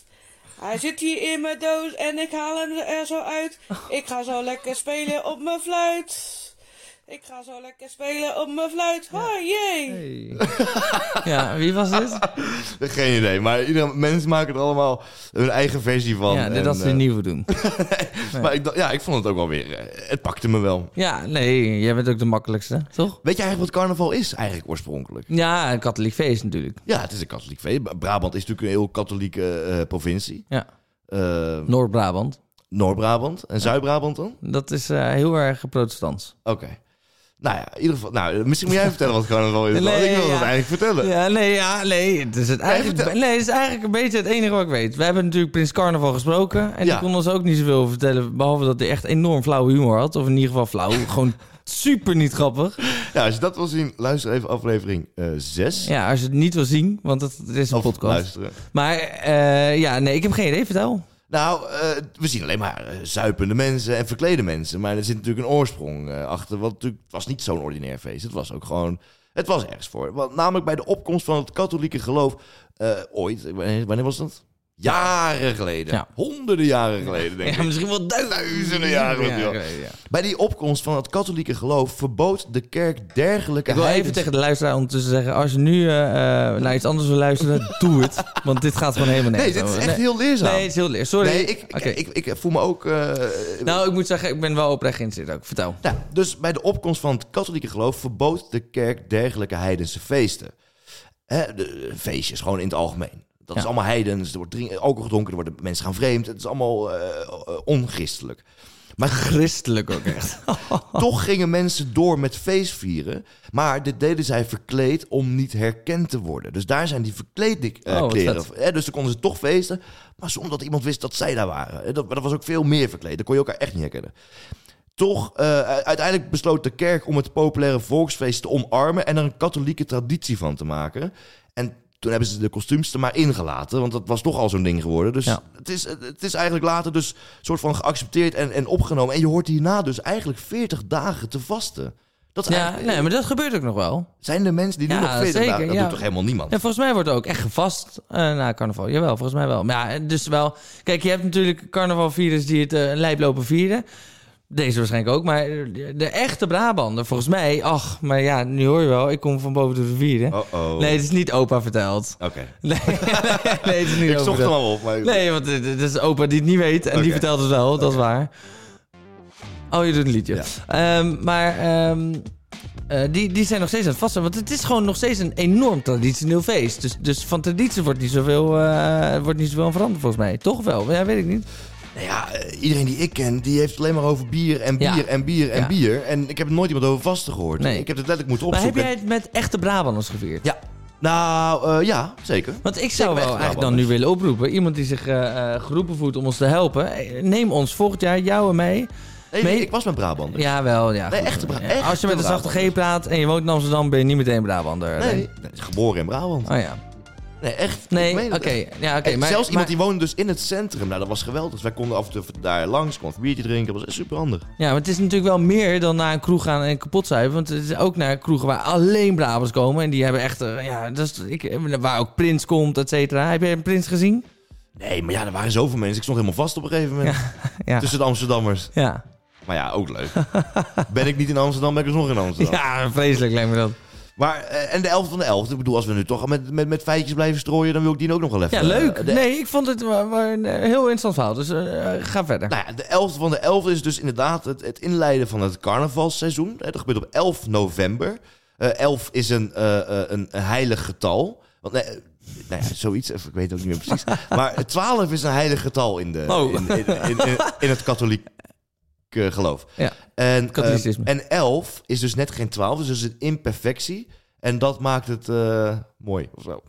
[SPEAKER 10] Hij zit hier in mijn doos en ik haal hem er zo uit. Ik ga zo lekker spelen op mijn fluit. Ik ga zo lekker spelen op mijn fluit. Hoi, jee.
[SPEAKER 2] Ja, wie was dit?
[SPEAKER 1] Geen idee, maar iedere mensen maken er allemaal hun eigen versie van.
[SPEAKER 2] ja,
[SPEAKER 1] En,
[SPEAKER 2] dat ze
[SPEAKER 1] eh,
[SPEAKER 2] er niet voor doen.
[SPEAKER 1] Maar ik, dacht- ja, ik vond het ook wel weer. eh, Het pakte me wel.
[SPEAKER 2] Ja, nee, jij bent ook de makkelijkste, toch?
[SPEAKER 1] Weet je eigenlijk wat carnaval is, eigenlijk oorspronkelijk?
[SPEAKER 2] Ja, een katholiek feest natuurlijk.
[SPEAKER 1] Ja, het is een katholiek feest. Bra- Brabant is natuurlijk een heel katholieke eh, provincie.
[SPEAKER 2] Ja.
[SPEAKER 1] Eh,
[SPEAKER 2] Noord-Brabant.
[SPEAKER 1] Noord-Brabant en Zuid-Brabant dan?
[SPEAKER 2] Dat is eh, heel erg protestants.
[SPEAKER 1] Oké. Nou ja, in ieder geval. Nou, misschien moet jij vertellen wat carnaval is. want
[SPEAKER 2] Nee,
[SPEAKER 1] ik wil
[SPEAKER 2] ja.
[SPEAKER 1] dat eigenlijk vertellen.
[SPEAKER 2] Ja, nee, ja, nee. Het is, het eigenlijk,
[SPEAKER 1] vertel.
[SPEAKER 2] nee, het is eigenlijk een beetje het enige wat ik weet. We hebben natuurlijk Prins Carnaval gesproken. En
[SPEAKER 1] Ja.
[SPEAKER 2] die kon ons ook niet zoveel vertellen. Behalve dat hij echt enorm flauwe humor had. Of in ieder geval flauw. gewoon super niet grappig.
[SPEAKER 1] Ja, Nou, als je dat wil zien, luister even aflevering eh 6.
[SPEAKER 2] Ja, als je het niet wil zien, want het, het is een
[SPEAKER 1] Of
[SPEAKER 2] podcast.
[SPEAKER 1] luisteren.
[SPEAKER 2] Maar eh, ja, nee, ik heb geen idee. Vertel.
[SPEAKER 1] Nou, eh, we zien alleen maar eh, zuipende mensen en verklede mensen. Maar er zit natuurlijk een oorsprong eh, achter. Want natuurlijk, het was niet zo'n ordinair feest. Het was ook gewoon... Het was ergens voor. Want namelijk bij de opkomst van het katholieke geloof... eh, ooit, wanneer wanneer was dat? Jaren geleden.
[SPEAKER 2] Ja.
[SPEAKER 1] Honderden jaren geleden, denk ik.
[SPEAKER 2] Ja, misschien wel
[SPEAKER 1] Duizenden jaren,
[SPEAKER 2] Ja,
[SPEAKER 1] joh.
[SPEAKER 2] ik weet het, ja.
[SPEAKER 1] Bij die opkomst van het katholieke geloof verbood de kerk dergelijke
[SPEAKER 2] Ik wil even
[SPEAKER 1] heidens-
[SPEAKER 2] tegen de luisteraar ondertussen zeggen... als je nu eh, eh, naar iets anders wil luisteren, doe het. Want dit gaat gewoon helemaal
[SPEAKER 1] Nee,
[SPEAKER 2] nergens
[SPEAKER 1] dit is
[SPEAKER 2] over.
[SPEAKER 1] echt heel leerzaam.
[SPEAKER 2] Nee, het is heel leer. Sorry.
[SPEAKER 1] Nee, ik, ik,
[SPEAKER 2] Oké.
[SPEAKER 1] ik, ik voel me ook... eh,
[SPEAKER 2] Nou, ik moet zeggen, ik ben wel oprecht geïnteresseerd ook. Vertel.
[SPEAKER 1] Nou, dus bij de opkomst van het katholieke geloof verbood de kerk dergelijke heidense feesten. Hè, de, feestjes, gewoon in het algemeen. Dat is
[SPEAKER 2] Ja.
[SPEAKER 1] allemaal heidens, er wordt drink- alcohol gedronken, er worden mensen gaan vreemd. Het is allemaal eh, eh, onchristelijk. Maar
[SPEAKER 2] Christelijk ook echt.
[SPEAKER 1] toch gingen mensen door met feestvieren. Maar dit deden zij verkleed om niet herkend te worden. Dus daar zijn die
[SPEAKER 2] Oh,
[SPEAKER 1] verkleedkleren.
[SPEAKER 2] wat
[SPEAKER 1] kleren.
[SPEAKER 2] vet.
[SPEAKER 1] hè, dus dan konden ze toch feesten. Maar zonder dat iemand wist dat zij daar waren. Hè, Dat, maar dat was ook veel meer verkleed. Dan kon je elkaar echt niet herkennen. Toch, eh, uiteindelijk besloot de kerk om het populaire volksfeest te omarmen. En er een katholieke traditie van te maken. En toen hebben ze de kostuums er maar ingelaten. Want dat was toch al zo'n ding geworden. Dus
[SPEAKER 2] Ja.
[SPEAKER 1] het, is, het is eigenlijk later dus soort van geaccepteerd en, en opgenomen. En je hoort hierna dus eigenlijk 40 dagen te vasten. Dat is
[SPEAKER 2] Ja,
[SPEAKER 1] eigenlijk-
[SPEAKER 2] nee, maar dat gebeurt ook nog wel.
[SPEAKER 1] Zijn er mensen die nu
[SPEAKER 2] Ja,
[SPEAKER 1] nog 40
[SPEAKER 2] zeker,
[SPEAKER 1] dagen... Dat
[SPEAKER 2] ja.
[SPEAKER 1] doet toch helemaal niemand?
[SPEAKER 2] En volgens mij wordt er ook echt gevast eh, na carnaval. Jawel, volgens mij wel. Maar ja, dus wel... Kijk, je hebt natuurlijk carnavalvierders die het eh lijplopen vieren. Deze waarschijnlijk ook. Maar de, de echte Brabander, volgens mij... Ach, maar ja, nu hoor je wel. Ik kom van boven de rivieren.
[SPEAKER 1] Oh-oh.
[SPEAKER 2] Nee, het is niet opa verteld.
[SPEAKER 1] Oké.
[SPEAKER 2] Nee, nee, nee, het is niet
[SPEAKER 1] Ik
[SPEAKER 2] opa
[SPEAKER 1] zocht hem
[SPEAKER 2] verteld.
[SPEAKER 1] al op, maar...
[SPEAKER 2] Nee, want het het is opa die het niet weet en
[SPEAKER 1] Oké.
[SPEAKER 2] die vertelt het wel, dat is waar. Oh, je doet een liedje.
[SPEAKER 1] Ja.
[SPEAKER 2] Ehm, maar ehm, eh, die, die zijn nog steeds aan het vasten, want het is gewoon nog steeds een enorm traditioneel feest. Dus, dus van traditie wordt niet zoveel, eh, wordt niet zoveel aan veranderd volgens mij. Toch wel? Ja, weet ik niet.
[SPEAKER 1] Nou ja, eh, iedereen die ik ken, die heeft het alleen maar over bier en bier
[SPEAKER 2] Ja.
[SPEAKER 1] en bier en
[SPEAKER 2] Ja.
[SPEAKER 1] bier. En ik heb nooit iemand over vasten gehoord.
[SPEAKER 2] Nee.
[SPEAKER 1] Ik heb het letterlijk moeten
[SPEAKER 2] Maar heb
[SPEAKER 1] opzoeken.
[SPEAKER 2] jij het met echte Brabanders gevierd?
[SPEAKER 1] Ja. Nou, eh, ja, zeker.
[SPEAKER 2] Want ik zou
[SPEAKER 1] Ik ben
[SPEAKER 2] wel
[SPEAKER 1] echt
[SPEAKER 2] eigenlijk dan nu
[SPEAKER 1] Brabanders.
[SPEAKER 2] willen oproepen. Iemand die zich eh, eh, geroepen voelt om ons te helpen. eh, Neem ons volgend jaar, jou en mij,
[SPEAKER 1] Nee, nee,
[SPEAKER 2] Nee.
[SPEAKER 1] ik was met Brabant.
[SPEAKER 2] Jawel, ja.
[SPEAKER 1] Nee,
[SPEAKER 2] goed.
[SPEAKER 1] echte Bra-
[SPEAKER 2] Ja,
[SPEAKER 1] echte
[SPEAKER 2] Als je met een zachte G praat en je woont in Amsterdam, ben je niet meteen Brabander.
[SPEAKER 1] nee. Nee, geboren in Brabant.
[SPEAKER 2] Oh ja.
[SPEAKER 1] Nee, echt. Ik
[SPEAKER 2] Nee,
[SPEAKER 1] meen
[SPEAKER 2] oké.
[SPEAKER 1] het echt.
[SPEAKER 2] Ja, oké.
[SPEAKER 1] En
[SPEAKER 2] maar,
[SPEAKER 1] zelfs
[SPEAKER 2] maar-
[SPEAKER 1] iemand die woonde dus in het centrum. Nou, dat was geweldig. Dus wij konden af en toe daar langs, konden een biertje drinken. Dat was super handig.
[SPEAKER 2] Ja, maar het is natuurlijk wel meer dan naar een kroeg gaan en kapot zuipen. Want het is ook naar kroegen waar alleen Brabants komen. En die hebben echt... eh, Ja, dat is, ik, waar ook Prins komt, et cetera. Heb jij een Prins gezien?
[SPEAKER 1] Nee, maar ja, er waren zoveel mensen. Ik stond helemaal vast op een gegeven moment.
[SPEAKER 2] Ja.
[SPEAKER 1] Tussen de Amsterdammers.
[SPEAKER 2] ja.
[SPEAKER 1] Maar ja, ook leuk. ben ik niet in Amsterdam, ben ik dus nog in Amsterdam.
[SPEAKER 2] ja, vreselijk lijkt me dat.
[SPEAKER 1] Maar, eh, en de 11 van de 11. Ik bedoel, als we nu toch met, met, met feitjes blijven strooien, dan wil ik die ook nog wel even.
[SPEAKER 2] Ja,
[SPEAKER 1] eh,
[SPEAKER 2] leuk.
[SPEAKER 1] de-
[SPEAKER 2] Nee, ik vond het wa- wa- een eh, heel interessant verhaal. Dus eh, eh, ga verder.
[SPEAKER 1] Nou ja, de 11 van de 11 is dus inderdaad het, het inleiden van het carnavalsseizoen. Hè, Dat gebeurt op 11 november. Eh 11 is een, eh, eh, een, een heilig getal. Want, nee, eh, nou ja, zoiets, even, ik weet het ook niet meer precies. Maar 12 is een heilig getal in, de,
[SPEAKER 2] Oh.
[SPEAKER 1] in, in, in, in, in het katholiek eh, geloof.
[SPEAKER 2] Ja,
[SPEAKER 1] En,
[SPEAKER 2] katholicisme.
[SPEAKER 1] eh, en 11 is dus net geen 12, dus dat is een imperfectie. En dat maakt het eh, mooi of zo.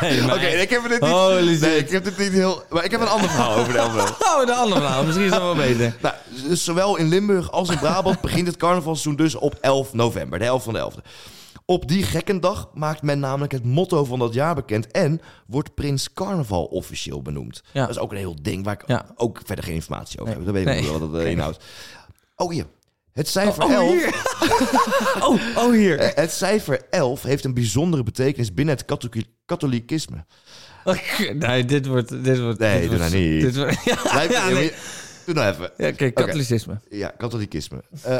[SPEAKER 2] Nee, maar-
[SPEAKER 1] Oké, ik heb dit niet.
[SPEAKER 2] Holy
[SPEAKER 1] nee,
[SPEAKER 2] shit.
[SPEAKER 1] ik heb dit niet heel. Maar ik heb een ander verhaal over de 11 wel.
[SPEAKER 2] Oh, de andere verhaal. Misschien is dat wel beter.
[SPEAKER 1] Nou, dus zowel in Limburg als in Brabant begint het carnavalseizoen dus op 11 november, de 11 van de 11e. Op die gekkendag maakt men namelijk het motto van dat jaar bekend en wordt Prins Carnaval officieel benoemd.
[SPEAKER 2] Ja.
[SPEAKER 1] Dat is ook een heel ding waar ik
[SPEAKER 2] Ja.
[SPEAKER 1] ook verder geen informatie over
[SPEAKER 2] Nee.
[SPEAKER 1] heb. Dat weet ik
[SPEAKER 2] Nee.
[SPEAKER 1] niet wel wat dat eh, inhoudt. Oh hier. Het cijfer 11.
[SPEAKER 2] oh, oh, hier.
[SPEAKER 1] Eh, Het cijfer 11 heeft een bijzondere betekenis binnen het katholie- katholicisme.
[SPEAKER 2] Nee, dit wordt... Dit wordt
[SPEAKER 1] Nee,
[SPEAKER 2] dit
[SPEAKER 1] doe
[SPEAKER 2] wordt-
[SPEAKER 1] nou niet.
[SPEAKER 2] Dit wordt, ja,
[SPEAKER 1] Lijkt me-
[SPEAKER 2] ja, nee.
[SPEAKER 1] Doe nou even.
[SPEAKER 2] Ja,
[SPEAKER 1] Oké.
[SPEAKER 2] kijk, katholicisme.
[SPEAKER 1] Ja, katholicisme. Eh,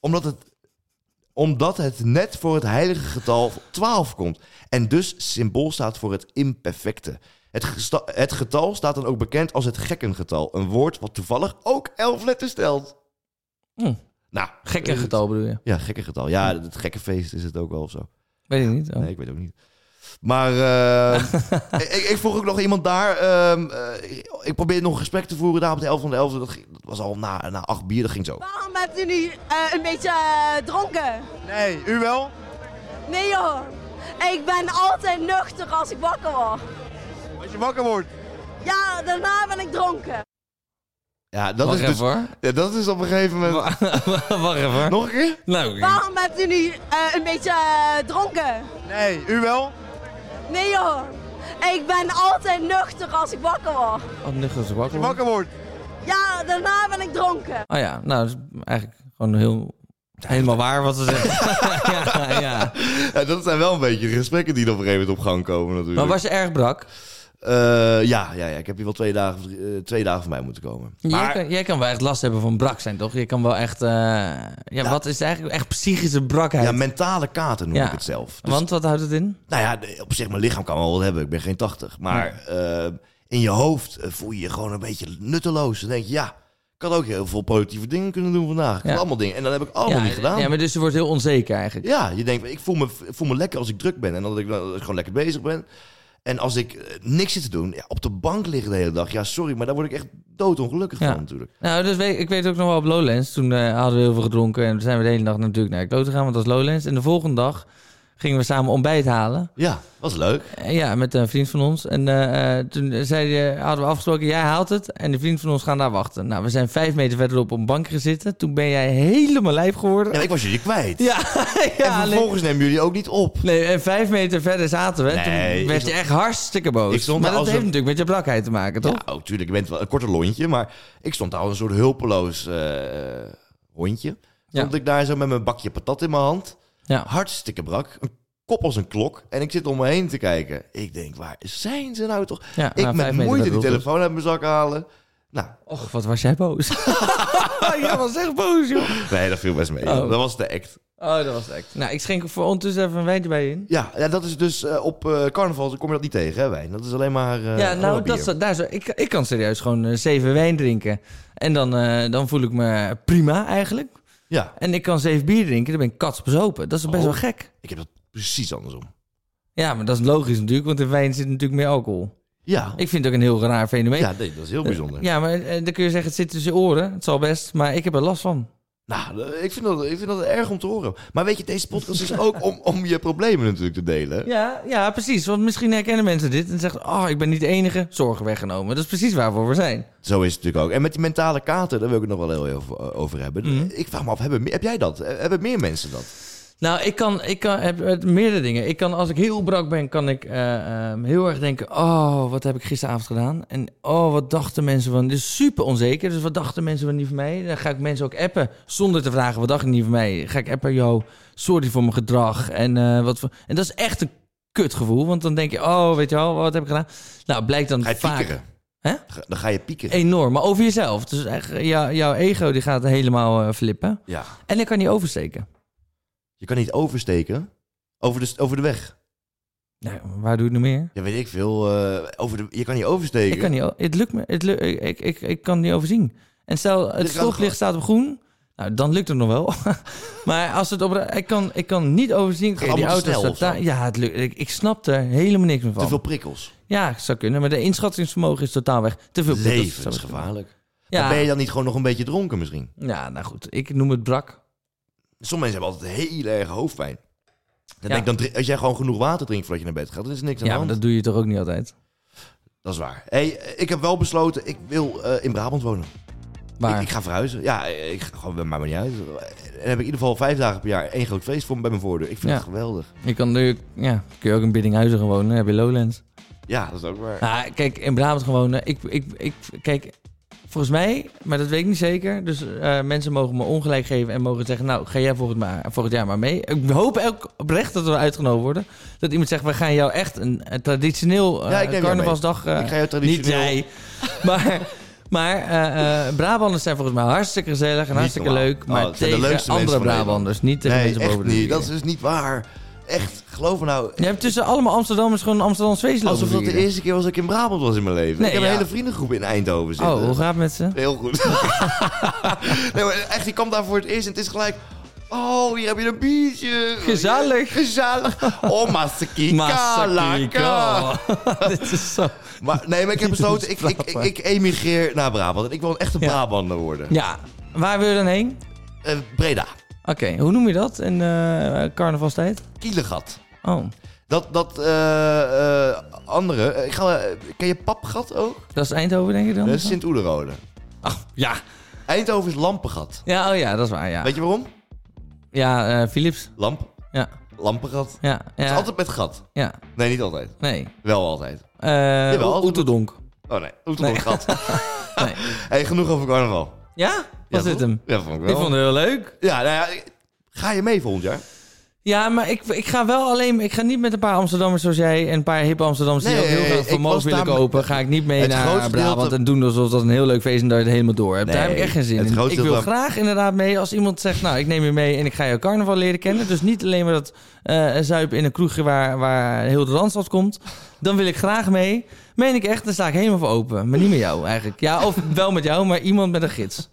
[SPEAKER 1] omdat, het, omdat het net voor het heilige getal 12 komt. En dus symbool staat voor het imperfecte. Het, gesta- het getal staat dan ook bekend als het gekkengetal. Een woord wat toevallig ook 11 letters telt.
[SPEAKER 2] Hm.
[SPEAKER 1] Nou,
[SPEAKER 2] Gekke getal bedoel je?
[SPEAKER 1] Ja, gekkengetal. Ja, het gekkenfeest is het ook wel of zo.
[SPEAKER 2] Weet ik niet. oh.
[SPEAKER 1] Nee, ik weet ook niet. Maar eh, ik, ik ik vroeg ook nog iemand daar. ehm, eh, ik probeerde nog een gesprek te voeren daar op de 11 van de 11. Dat, ging- dat was al na, na acht bier, dat ging zo.
[SPEAKER 4] Waarom bent u nu eh, een beetje eh, dronken?
[SPEAKER 3] Nee, u wel?
[SPEAKER 4] Nee joh, ik ben altijd nuchter als ik wakker word.
[SPEAKER 3] Als je wakker wordt.
[SPEAKER 4] Ja, daarna ben ik dronken.
[SPEAKER 1] Ja, dat
[SPEAKER 2] Wacht
[SPEAKER 1] is dus,
[SPEAKER 2] even hoor.
[SPEAKER 1] ja, dat is op een gegeven moment.
[SPEAKER 2] Wacht even hoor.
[SPEAKER 1] Nog een keer?
[SPEAKER 2] Nou,
[SPEAKER 4] Waarom bent u nu eh, een beetje eh, dronken?
[SPEAKER 3] Nee, u wel?
[SPEAKER 4] Nee joh, ik ben altijd nuchter als ik wakker word.
[SPEAKER 2] oh, nuchter als ik wakker
[SPEAKER 3] Als je
[SPEAKER 2] word.
[SPEAKER 3] wakker wordt.
[SPEAKER 4] Ja, daarna ben ik dronken.
[SPEAKER 2] Oh ja, nou, dat is eigenlijk gewoon heel... Helemaal waar wat ze zeggen. ja, ja.
[SPEAKER 1] Ja, dat zijn wel een beetje de gesprekken die dan op een gegeven moment op gang komen natuurlijk.
[SPEAKER 2] Maar was je erg brak?
[SPEAKER 1] Eh, ja, ja, ja, ik heb hier wel twee dagen, of drie- eh, twee dagen van mij moeten komen.
[SPEAKER 2] Jij, kan, jij kan wel echt last hebben van brak zijn, toch? Je kan wel echt... eh, ja, wat is het eigenlijk? Echt psychische brakheid.
[SPEAKER 1] Ja, mentale kater noem
[SPEAKER 2] Ja.
[SPEAKER 1] ik het zelf. Dus,
[SPEAKER 2] Want, wat houdt het in?
[SPEAKER 1] Nou ja, de- op zich, mijn lichaam kan wel wat hebben. Ik ben geen 80. Maar eh, in je hoofd eh, voel je je gewoon een beetje nutteloos. Dan denk je, ja, ik had ook heel veel positieve dingen kunnen doen vandaag. Ik had
[SPEAKER 2] Ja.
[SPEAKER 1] allemaal dingen. En dat heb ik allemaal
[SPEAKER 2] ja,
[SPEAKER 1] niet gedaan.
[SPEAKER 2] Ja, maar dus je wordt heel onzeker eigenlijk.
[SPEAKER 1] Ja, je denkt, ik voel me, ik voel me lekker als ik druk ben en dat ik, dat ik gewoon lekker bezig ben. En als ik eh, niks zit te doen, ja, op de bank liggen de hele dag. Ja, sorry, maar daar word ik echt doodongelukkig
[SPEAKER 2] Ja.
[SPEAKER 1] van natuurlijk.
[SPEAKER 2] Nou, dus weet, ik weet ook nog wel op Lowlands. Toen eh, hadden we heel veel gedronken en toen zijn we de hele dag natuurlijk naar de klote gegaan, want dat was Lowlands. En de volgende dag gingen we samen ontbijt halen.
[SPEAKER 1] Ja, was leuk.
[SPEAKER 2] Eh, ja, met een vriend van ons. En eh, eh, toen zei die, hadden we afgesproken, jij haalt het en de vriend van ons gaan daar wachten. Nou, we zijn vijf meter verderop op een bank gaan zitten. Toen ben jij helemaal lijf geworden.
[SPEAKER 1] Ja, ik was jullie kwijt.
[SPEAKER 2] Ja, ja.
[SPEAKER 1] en
[SPEAKER 2] nee.
[SPEAKER 1] vervolgens nemen jullie ook niet op.
[SPEAKER 2] Nee, en vijf meter verder zaten we.
[SPEAKER 1] Nee,
[SPEAKER 2] toen
[SPEAKER 1] ik
[SPEAKER 2] werd
[SPEAKER 1] stond-
[SPEAKER 2] je echt hartstikke boos.
[SPEAKER 1] Ik stond
[SPEAKER 2] maar
[SPEAKER 1] daar
[SPEAKER 2] dat
[SPEAKER 1] als
[SPEAKER 2] heeft
[SPEAKER 1] een-
[SPEAKER 2] natuurlijk met je brakheid te maken, toch?
[SPEAKER 1] Ja, oh, tuurlijk, je bent wel een korte lontje, maar ik stond daar als een soort hulpeloos eh, hondje. Stond
[SPEAKER 2] Ja.
[SPEAKER 1] ik daar zo met mijn bakje patat in mijn hand.
[SPEAKER 2] Ja.
[SPEAKER 1] Hartstikke brak. Een kop als een klok. En ik zit om me heen te kijken. Ik denk, waar zijn ze nou toch?
[SPEAKER 2] Ja,
[SPEAKER 1] ik
[SPEAKER 2] nou, vijf
[SPEAKER 1] met
[SPEAKER 2] meter
[SPEAKER 1] moeite die
[SPEAKER 2] verderop dus.
[SPEAKER 1] telefoon uit mijn zak halen. Nou,
[SPEAKER 2] Och, wat was jij boos. jij was echt boos, joh.
[SPEAKER 1] Nee, dat viel best mee.
[SPEAKER 2] Oh.
[SPEAKER 1] Dat was de act.
[SPEAKER 2] Oh, dat was echt. Nou, ik schenk voor ondertussen even een wijntje bij je in.
[SPEAKER 1] Ja, ja dat is dus eh, op eh, carnaval kom je dat niet tegen, hè, wijn. Dat is alleen maar eh,
[SPEAKER 2] ja,
[SPEAKER 1] alleen maar
[SPEAKER 2] nou,
[SPEAKER 1] bier.
[SPEAKER 2] dat, zo- daar zo, ik, ik kan serieus gewoon eh, zeven wijn drinken. En dan, eh, dan voel ik me prima eigenlijk.
[SPEAKER 1] Ja,
[SPEAKER 2] En ik kan zeven bier drinken, dan ben ik katsbezopen. Dat is best
[SPEAKER 1] Oh.
[SPEAKER 2] wel gek.
[SPEAKER 1] ik heb dat precies andersom.
[SPEAKER 2] Ja, maar dat is logisch natuurlijk, want in wijn zit natuurlijk meer alcohol.
[SPEAKER 1] Ja,
[SPEAKER 2] Ik vind het ook een heel raar fenomeen.
[SPEAKER 1] ja nee, dat is heel bijzonder.
[SPEAKER 2] Ja, maar eh, dan kun je zeggen, het zit tussen je oren. Het zal best, maar ik heb er last van.
[SPEAKER 1] Nou, eh, ik vind, dat, ik vind dat erg om te horen. Maar weet je, deze podcast is ook om, om je problemen natuurlijk te delen.
[SPEAKER 2] Ja, ja, precies. Want misschien herkennen mensen dit en zeggen... oh, ik ben niet de enige, zorgen weggenomen. Dat is precies waarvoor we zijn.
[SPEAKER 1] Zo is het natuurlijk ook. En met die mentale kater, daar wil ik het nog wel heel heel veel eh, over hebben.
[SPEAKER 2] Mhm.
[SPEAKER 1] Ik vraag me af, hebben, meer- heb jij dat? Eh, Hebben meer mensen dat?
[SPEAKER 2] Nou, ik kan, ik kan heb, eh, meerdere dingen. Ik kan, als ik heel brak ben, kan ik eh, ehm, heel erg denken... oh, wat heb ik gisteravond gedaan? En oh, wat dachten mensen van... Dit is super onzeker, dus wat dachten mensen van niet van mij? Dan ga ik mensen ook appen, zonder te vragen... wat dacht je niet van mij? Ga ik appen, yo, sorry voor mijn gedrag. En, eh, wat voor... en dat is echt een kutgevoel, want dan denk je... oh, weet je wel, wat heb ik gedaan? Nou, blijkt dan
[SPEAKER 1] Ga je
[SPEAKER 2] vaak...
[SPEAKER 1] piekeren?
[SPEAKER 2] Hè?
[SPEAKER 1] Ga- Dan ga je piekeren.
[SPEAKER 2] Enorm, maar over jezelf. Dus echt, jou- jouw ego die gaat helemaal eh, flippen.
[SPEAKER 1] Ja.
[SPEAKER 2] En ik kan niet oversteken.
[SPEAKER 1] Je kan niet oversteken over de, over de weg.
[SPEAKER 2] Nou, waar doe ik nog meer?
[SPEAKER 1] Ja, weet ik veel. eh, over de, je kan niet oversteken.
[SPEAKER 2] Ik kan niet, o- het lukt me, het lu- ik, ik, ik, ik kan het niet overzien. En stel,
[SPEAKER 1] Je
[SPEAKER 2] het
[SPEAKER 1] gaat gewoon-
[SPEAKER 2] stoplicht staat op groen. Nou, dan lukt het nog wel. maar als het op, ik kan, ik kan niet overzien. Oké,
[SPEAKER 1] Gaat
[SPEAKER 2] die
[SPEAKER 1] allemaal te snel
[SPEAKER 2] auto staat
[SPEAKER 1] of zo?
[SPEAKER 2] daar. Ja, het lukt. Ik, ik snap er helemaal niks meer van.
[SPEAKER 1] Te veel prikkels.
[SPEAKER 2] Ja, het zou kunnen, maar de inschattingsvermogen is totaal weg. Te veel prikkels.
[SPEAKER 1] Levensgevaarlijk.
[SPEAKER 2] Ja.
[SPEAKER 1] Maar ben je dan niet gewoon nog een beetje dronken misschien?
[SPEAKER 2] ja, nou goed, ik noem het brak.
[SPEAKER 1] Sommige mensen hebben altijd heel erg hoofdpijn. Dan
[SPEAKER 2] Ja.
[SPEAKER 1] denk ik, dan, drink- als jij gewoon genoeg water drinkt voordat je naar bed gaat, dan is er niks aan
[SPEAKER 2] Ja,
[SPEAKER 1] de
[SPEAKER 2] maar
[SPEAKER 1] hand.
[SPEAKER 2] dat
[SPEAKER 1] Dat...
[SPEAKER 2] doe je toch ook niet altijd.
[SPEAKER 1] is waar. Hey, eh, ik heb wel besloten, ik wil eh, in Brabant wonen. Ik,
[SPEAKER 2] Maar
[SPEAKER 1] ik ga verhuizen. Ja, ik ga gewoon, maakt me niet uit. En dan heb ik in ieder geval vijf dagen per jaar één groot feest voor me bij mijn voordeur. Ik vind
[SPEAKER 2] Ja.
[SPEAKER 1] het geweldig.
[SPEAKER 2] je kan nu, ja, kun je ook in Biddinghuizen gewoon wonen. Dan heb je Lowlands.
[SPEAKER 1] Ja, dat is ook waar.
[SPEAKER 2] Nou, kijk, in Brabant gewoon. eh, Ik, ik, ik, kijk, Volgens mij, maar dat weet ik niet zeker. Dus eh, mensen mogen me ongelijk geven en mogen zeggen... nou, ga jij volgend, maar, volgend jaar maar mee. Ik hoop ook oprecht dat we uitgenodigd worden. Dat iemand zegt, we gaan jou echt een, een traditioneel eh,
[SPEAKER 1] Ja, ik neem jou
[SPEAKER 2] carnavalsdag...
[SPEAKER 1] mee.
[SPEAKER 2] eh,
[SPEAKER 1] Ik ga jou traditioneel-
[SPEAKER 2] Niet jij. maar maar eh, eh, Brabanders zijn volgens mij hartstikke gezellig en
[SPEAKER 1] Niet
[SPEAKER 2] hartstikke
[SPEAKER 1] normaal.
[SPEAKER 2] leuk.
[SPEAKER 1] Oh,
[SPEAKER 2] Maar
[SPEAKER 1] het zijn de
[SPEAKER 2] tegen
[SPEAKER 1] leukste
[SPEAKER 2] andere
[SPEAKER 1] mensen van Nederland.
[SPEAKER 2] Brabanders, niet tegen
[SPEAKER 1] Nee,
[SPEAKER 2] mensen
[SPEAKER 1] echt
[SPEAKER 2] boven de
[SPEAKER 1] niet.
[SPEAKER 2] vier.
[SPEAKER 1] Dat is dus niet waar. Echt, geloof me nou.
[SPEAKER 2] Je hebt tussen allemaal Amsterdammers gewoon een Amsterdams feest lopen
[SPEAKER 1] Alsof dat de
[SPEAKER 2] vieren.
[SPEAKER 1] eerste keer was dat ik in Brabant was in mijn leven.
[SPEAKER 2] Nee,
[SPEAKER 1] ik heb een
[SPEAKER 2] ja.
[SPEAKER 1] hele vriendengroep in Eindhoven zitten.
[SPEAKER 2] Oh, hoe gaat het met ze?
[SPEAKER 1] Heel goed. nee, maar echt, ik kwam daar voor het eerst en het is gelijk... Oh, hier heb je een biertje.
[SPEAKER 2] Gezellig.
[SPEAKER 1] Gezellig. Oh, masakika, laka.
[SPEAKER 2] Massakika. Dit is zo...
[SPEAKER 1] Maar nee, maar ik heb besloten, ik, ik, ik, ik emigreer naar Brabant. En ik wil een echte Brabander worden.
[SPEAKER 2] Ja, waar wil je dan heen?
[SPEAKER 1] Eh, Breda,
[SPEAKER 2] Oké, hoe noem je dat in eh carnavalstijd?
[SPEAKER 1] Kielegat.
[SPEAKER 2] Oh,
[SPEAKER 1] Dat, dat eh, eh, andere... eh, Ik ga, eh, ken je Papgat ook?
[SPEAKER 2] dat is Eindhoven denk ik dan?
[SPEAKER 1] Dat is Sint-Oederode.
[SPEAKER 2] Ja.
[SPEAKER 1] Eindhoven is Lampengat.
[SPEAKER 2] Ja, oh ja, dat is waar, ja.
[SPEAKER 1] Weet je waarom?
[SPEAKER 2] Ja, eh, Philips.
[SPEAKER 1] Lamp.
[SPEAKER 2] Ja,
[SPEAKER 1] Lampengat.
[SPEAKER 2] ja,
[SPEAKER 1] Het
[SPEAKER 2] ja.
[SPEAKER 1] is altijd met gat.
[SPEAKER 2] ja.
[SPEAKER 1] Nee, niet altijd.
[SPEAKER 2] Nee.
[SPEAKER 1] Wel altijd.
[SPEAKER 2] Eh
[SPEAKER 1] Jawel, altijd-
[SPEAKER 2] Oeterdonk.
[SPEAKER 1] Oh nee, hoe toch een gat.
[SPEAKER 2] Nee.
[SPEAKER 1] hey, genoeg over carnaval.
[SPEAKER 2] Ja? Was
[SPEAKER 1] ja,
[SPEAKER 2] dit
[SPEAKER 1] toch?
[SPEAKER 2] hem?
[SPEAKER 1] Ja, vond ik wel.
[SPEAKER 2] Ik vond het heel leuk.
[SPEAKER 1] Ja, nou ja, ik- ga je mee volgend jaar?
[SPEAKER 2] Ja, maar ik, ik ga wel alleen... Ik ga niet met een paar Amsterdammers zoals jij... en een paar hippe Amsterdammers
[SPEAKER 1] Nee,
[SPEAKER 2] die ook heel
[SPEAKER 1] ik
[SPEAKER 2] graag vermogen
[SPEAKER 1] was
[SPEAKER 2] willen
[SPEAKER 1] daar-
[SPEAKER 2] kopen... ga ik niet mee
[SPEAKER 1] het
[SPEAKER 2] naar
[SPEAKER 1] grootste
[SPEAKER 2] Brabant
[SPEAKER 1] gedeelte-
[SPEAKER 2] en doen alsof dat een heel leuk feest is... en dat je het helemaal door hebt. Daar
[SPEAKER 1] Nee,
[SPEAKER 2] heb ik echt geen zin
[SPEAKER 1] het
[SPEAKER 2] in.
[SPEAKER 1] grootste
[SPEAKER 2] Ik wil
[SPEAKER 1] gedeelte-
[SPEAKER 2] graag inderdaad mee als iemand zegt... nou, ik neem je mee en ik ga je carnaval leren kennen. Dus niet alleen maar dat eh zuipen in een kroegje waar, waar heel de Randstad komt. Dan wil ik graag mee. Meen ik echt, dan sta ik helemaal voor open. Maar niet met jou eigenlijk. Ja, of wel met jou, maar iemand met een gids.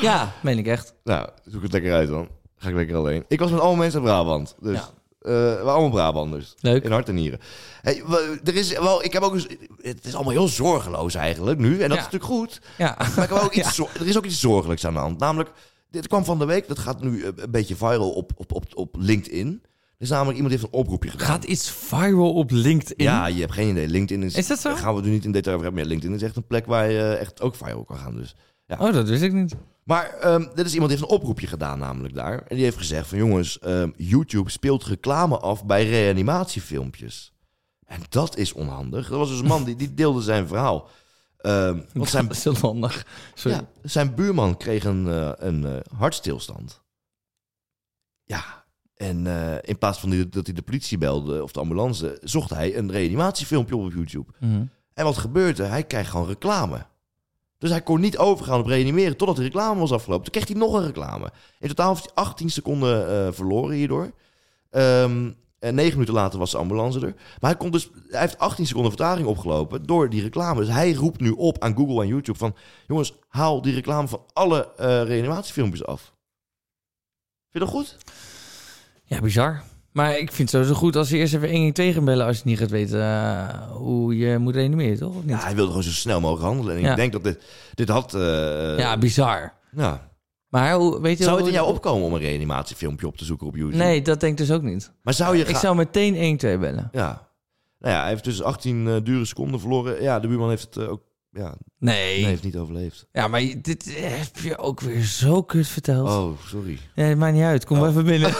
[SPEAKER 2] Ja, meen ik echt.
[SPEAKER 1] Nou, zoek het lekker uit dan. Ga ik lekker alleen. Ik was met allemaal mensen uit Brabant. Dus
[SPEAKER 2] Ja.
[SPEAKER 1] eh, we waren allemaal Brabanders.
[SPEAKER 2] Leuk.
[SPEAKER 1] In hart en nieren. Hey, we- er is wel, ik heb ook eens, het is allemaal heel zorgeloos eigenlijk nu. En dat
[SPEAKER 2] Ja.
[SPEAKER 1] is natuurlijk goed.
[SPEAKER 2] Ja.
[SPEAKER 1] Maar ik heb ook iets zor- er is ook iets zorgelijks aan de hand. Namelijk, dit kwam van de week. Dat gaat nu eh, een beetje viral op, op, op, op LinkedIn. Er is namelijk iemand die heeft een oproepje gedaan.
[SPEAKER 2] Gaat iets viral op LinkedIn?
[SPEAKER 1] Ja, je hebt geen idee. LinkedIn is...
[SPEAKER 2] Is dat zo?
[SPEAKER 1] Daar gaan we het nu niet in detail over hebben. Maar ja, LinkedIn is echt een plek waar je eh, echt ook viral kan gaan. Dus.
[SPEAKER 2] Oh, dat wist ik niet.
[SPEAKER 1] Maar ehm, dit is iemand die heeft een oproepje gedaan namelijk daar. En die heeft gezegd van jongens, ehm, YouTube speelt reclame af bij reanimatiefilmpjes. En dat is onhandig. Er was dus een man die, die deelde zijn verhaal. Ehm, want zijn,
[SPEAKER 2] Dat is heel handig. Sorry.
[SPEAKER 1] ja, zijn buurman kreeg een, eh, een eh, hartstilstand. Ja, en eh, in plaats van die- dat hij de politie belde of de ambulance... zocht hij een reanimatiefilmpje op op YouTube.
[SPEAKER 2] Mhm.
[SPEAKER 1] En wat gebeurde? Hij krijgt gewoon reclame. Dus hij kon niet overgaan op reanimeren totdat de reclame was afgelopen. Toen kreeg hij nog een reclame. In totaal heeft hij 18 seconden eh, verloren hierdoor. Ehm, en 9 minuten later was de ambulance er. Maar hij, kon dus, hij heeft 18 seconden vertraging opgelopen door die reclame. Dus hij roept nu op aan Google en YouTube van... jongens, haal die reclame van alle eh, reanimatiefilmpjes af. Vind je dat goed?
[SPEAKER 2] Ja, bizar. Maar ik vind het sowieso goed als je eerst even 112 gaan bellen als je niet gaat weten eh, hoe je moet reanimeren, toch? Of
[SPEAKER 1] Ja,
[SPEAKER 2] niet?
[SPEAKER 1] hij wilde gewoon zo snel mogelijk handelen. En
[SPEAKER 2] Ja.
[SPEAKER 1] ik denk dat dit, dit had... eh,
[SPEAKER 2] Ja, bizar.
[SPEAKER 1] nou,
[SPEAKER 2] Maar hoe, weet je
[SPEAKER 1] Zou
[SPEAKER 2] wel-
[SPEAKER 1] het in jou opkomen om een reanimatiefilmpje op te zoeken op YouTube?
[SPEAKER 2] Nee, dat denk ik dus ook niet.
[SPEAKER 1] Maar zou je
[SPEAKER 2] Ik
[SPEAKER 1] gaan-
[SPEAKER 2] zou meteen 112 bellen.
[SPEAKER 1] Ja. Nou ja, hij heeft dus 18 eh, dure seconden verloren. Ja, de buurman heeft het eh, ook... Ja,
[SPEAKER 2] Nee.
[SPEAKER 1] nee, heeft niet overleefd.
[SPEAKER 2] Ja, maar je- dit heb je ook weer zo kut verteld.
[SPEAKER 1] Oh, sorry.
[SPEAKER 2] Nee, het maakt niet uit. Kom maar even binnen.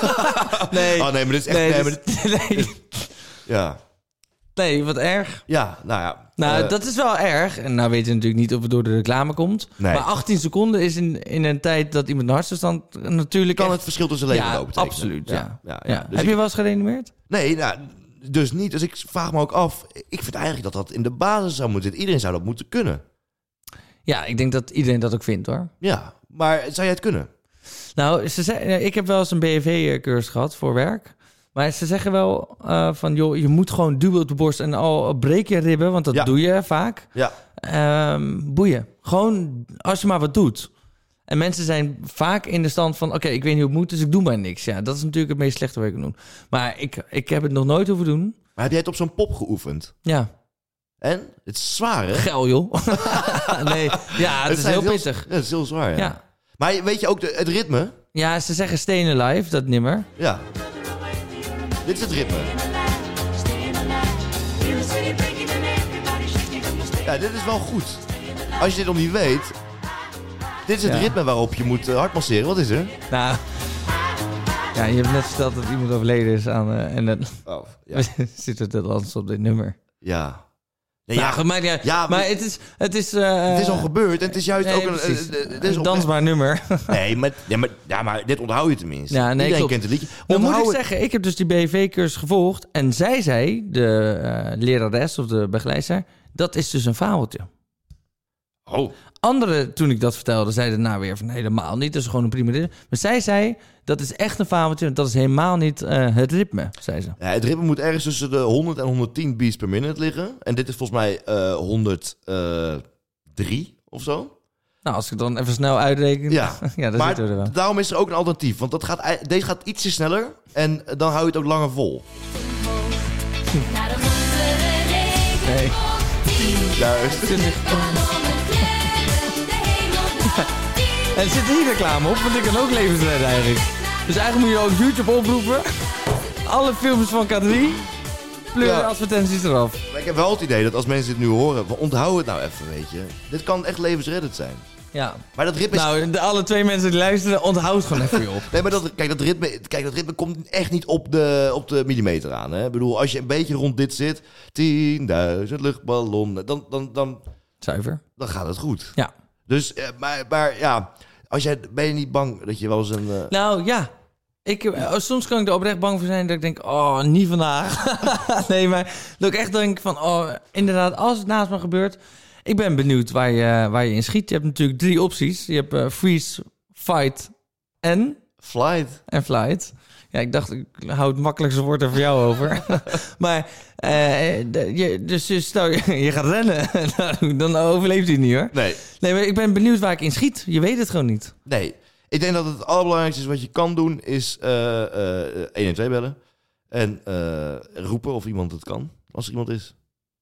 [SPEAKER 2] nee.
[SPEAKER 1] Oh nee, maar dit is echt...
[SPEAKER 2] nee,
[SPEAKER 1] Nee,
[SPEAKER 2] dit-
[SPEAKER 1] maar dit-
[SPEAKER 2] nee.
[SPEAKER 1] ja.
[SPEAKER 2] nee, wat erg.
[SPEAKER 1] ja, nou ja.
[SPEAKER 2] Nou,
[SPEAKER 1] eh,
[SPEAKER 2] dat is wel erg. En nou weten we natuurlijk niet of het door de reclame komt.
[SPEAKER 1] Nee.
[SPEAKER 2] Maar 18 seconden is in, in een tijd dat iemand een hartstilstand natuurlijk
[SPEAKER 1] kan
[SPEAKER 2] echt-
[SPEAKER 1] het verschil tussen leven
[SPEAKER 2] ja,
[SPEAKER 1] en dood betekenen.
[SPEAKER 2] absoluut, ja.
[SPEAKER 1] ja,
[SPEAKER 2] Ja.
[SPEAKER 1] ja. Dus
[SPEAKER 2] Heb
[SPEAKER 1] ik-
[SPEAKER 2] je wel eens gereanimeerd?
[SPEAKER 1] Nee, nou, dus niet. Dus ik vraag me ook af. Ik vind eigenlijk dat dat in de basis zou moeten. Iedereen zou dat moeten kunnen.
[SPEAKER 2] Ja, ik denk dat iedereen dat ook vindt hoor.
[SPEAKER 1] Ja, maar zou jij het kunnen?
[SPEAKER 2] Nou, ze zei, eh, ik heb wel eens een BEV-cursus gehad voor werk. Maar ze zeggen wel eh, van, joh, je moet gewoon duwen op de borst en al breek je ribben, want dat
[SPEAKER 1] Ja.
[SPEAKER 2] doe je vaak.
[SPEAKER 1] Ja.
[SPEAKER 2] Ehm, boeien. Gewoon als je maar wat doet. En mensen zijn vaak in de stand van: oké, ik weet niet hoe het moet, dus ik doe maar niks. Ja, dat is natuurlijk het meest slechte wat ik kan doen. Maar ik, ik heb het nog nooit hoeven doen.
[SPEAKER 1] Maar heb jij het op zo'n pop geoefend?
[SPEAKER 2] Ja,
[SPEAKER 1] En? Het is zwaar, hè?
[SPEAKER 2] geil joh. nee, ja, het, is
[SPEAKER 1] zijn
[SPEAKER 2] heel pittig.
[SPEAKER 1] Ja, het is heel zwaar, ja.
[SPEAKER 2] Ja.
[SPEAKER 1] Maar weet je ook de, het ritme?
[SPEAKER 2] ja, ze zeggen stenen live, dat nimmer.
[SPEAKER 1] Ja. Dit is het ritme. Ja, dit is wel goed. Als je dit nog niet weet... Dit is het
[SPEAKER 2] Ja.
[SPEAKER 1] ritme waarop je moet eh, hard masseren. Wat is er?
[SPEAKER 2] Nou, ja, je hebt net verteld dat iemand overleden is aan. eh, en dan
[SPEAKER 1] Oh, ja.
[SPEAKER 2] zit het dan op dit nummer.
[SPEAKER 1] Ja. Nee,
[SPEAKER 2] ja,
[SPEAKER 1] ja.
[SPEAKER 2] Nou, goed, maakt niet uit.
[SPEAKER 1] Ja,
[SPEAKER 2] maar het is... Het is, eh,
[SPEAKER 1] Het is al gebeurd en het is juist
[SPEAKER 2] nee,
[SPEAKER 1] ook een...
[SPEAKER 2] precies.
[SPEAKER 1] eh, eh, het is
[SPEAKER 2] een
[SPEAKER 1] op-
[SPEAKER 2] dansbaar nummer.
[SPEAKER 1] Nee, maar, ja, maar, ja, maar dit onthoud je tenminste.
[SPEAKER 2] Ja, nee,
[SPEAKER 1] Iedereen
[SPEAKER 2] klopt.
[SPEAKER 1] kent het liedje.
[SPEAKER 2] Dan moet
[SPEAKER 1] Onthoud
[SPEAKER 2] ik
[SPEAKER 1] het.
[SPEAKER 2] zeggen, ik heb dus die BV-cursus gevolgd. En zij zei, de eh, lerares of de begeleider, dat is dus een fabeltje.
[SPEAKER 1] Oh,
[SPEAKER 2] Anderen, toen ik dat vertelde, zeiden nou weer van helemaal niet. Dat is gewoon een prima ritme. Maar zij zei, dat is echt een fabeltje. want Dat is helemaal niet eh, het ritme, zei ze.
[SPEAKER 1] ja, het ritme moet ergens tussen de 100 en 110 beats per minute liggen. En dit is volgens mij eh 103 of zo.
[SPEAKER 2] Nou, als ik het dan even snel uitreken.
[SPEAKER 1] Ja.
[SPEAKER 2] ja daar
[SPEAKER 1] maar
[SPEAKER 2] zitten we er wel.
[SPEAKER 1] daarom is er ook een alternatief. Want dat gaat, ei- deze gaat ietsje sneller. En eh, dan hou je het ook langer vol.
[SPEAKER 2] Nee.
[SPEAKER 1] Juist.
[SPEAKER 2] En er zit hier reclame op, want ik kan ook levens redden eigenlijk. Dus eigenlijk moet je ook YouTube oproepen. Alle films van K3. Pleur
[SPEAKER 1] Ja.
[SPEAKER 2] de advertenties eraf.
[SPEAKER 1] Maar ik heb wel het idee dat als mensen dit nu horen... we Onthoud het nou even, weet je. Dit kan echt levensreddend zijn.
[SPEAKER 2] Ja.
[SPEAKER 1] Maar dat ritme is...
[SPEAKER 2] Nou, de, alle twee mensen die luisteren, onthoud gewoon even joh.
[SPEAKER 1] Nee, maar dat, kijk, dat ritme, kijk, dat ritme komt echt niet op de, op de millimeter aan. Hè? Ik bedoel, als je een beetje rond dit zit... 10.000 luchtballonnen... Dan, dan, dan,
[SPEAKER 2] Zuiver.
[SPEAKER 1] dan gaat het goed.
[SPEAKER 2] Ja.
[SPEAKER 1] Dus, eh, maar, maar ja... Als jij, ben je niet bang dat je wel eens een... eh,
[SPEAKER 2] Nou ja. Ik, eh, soms kan ik er oprecht bang voor zijn dat ik denk, oh, niet vandaag. nee, maar dat ik echt denk van, oh, inderdaad, als het naast me gebeurt. Ik ben benieuwd waar je, eh, waar je in schiet. Je hebt natuurlijk drie opties. Je hebt eh, freeze, fight en,
[SPEAKER 1] flight?
[SPEAKER 2] en flight. Ja, ik dacht, ik hou het makkelijkste woord er voor jou over. maar, eh, de- je, dus je- stel je, je gaat rennen, Nou, dan overleeft hij het niet hoor.
[SPEAKER 1] Nee.
[SPEAKER 2] Nee, maar ik ben benieuwd waar ik in schiet. Je weet het gewoon niet.
[SPEAKER 1] Nee. Ik denk dat het allerbelangrijkste is wat je kan doen, is eh eh 112 bellen. En eh, roepen of iemand het kan, als er iemand is.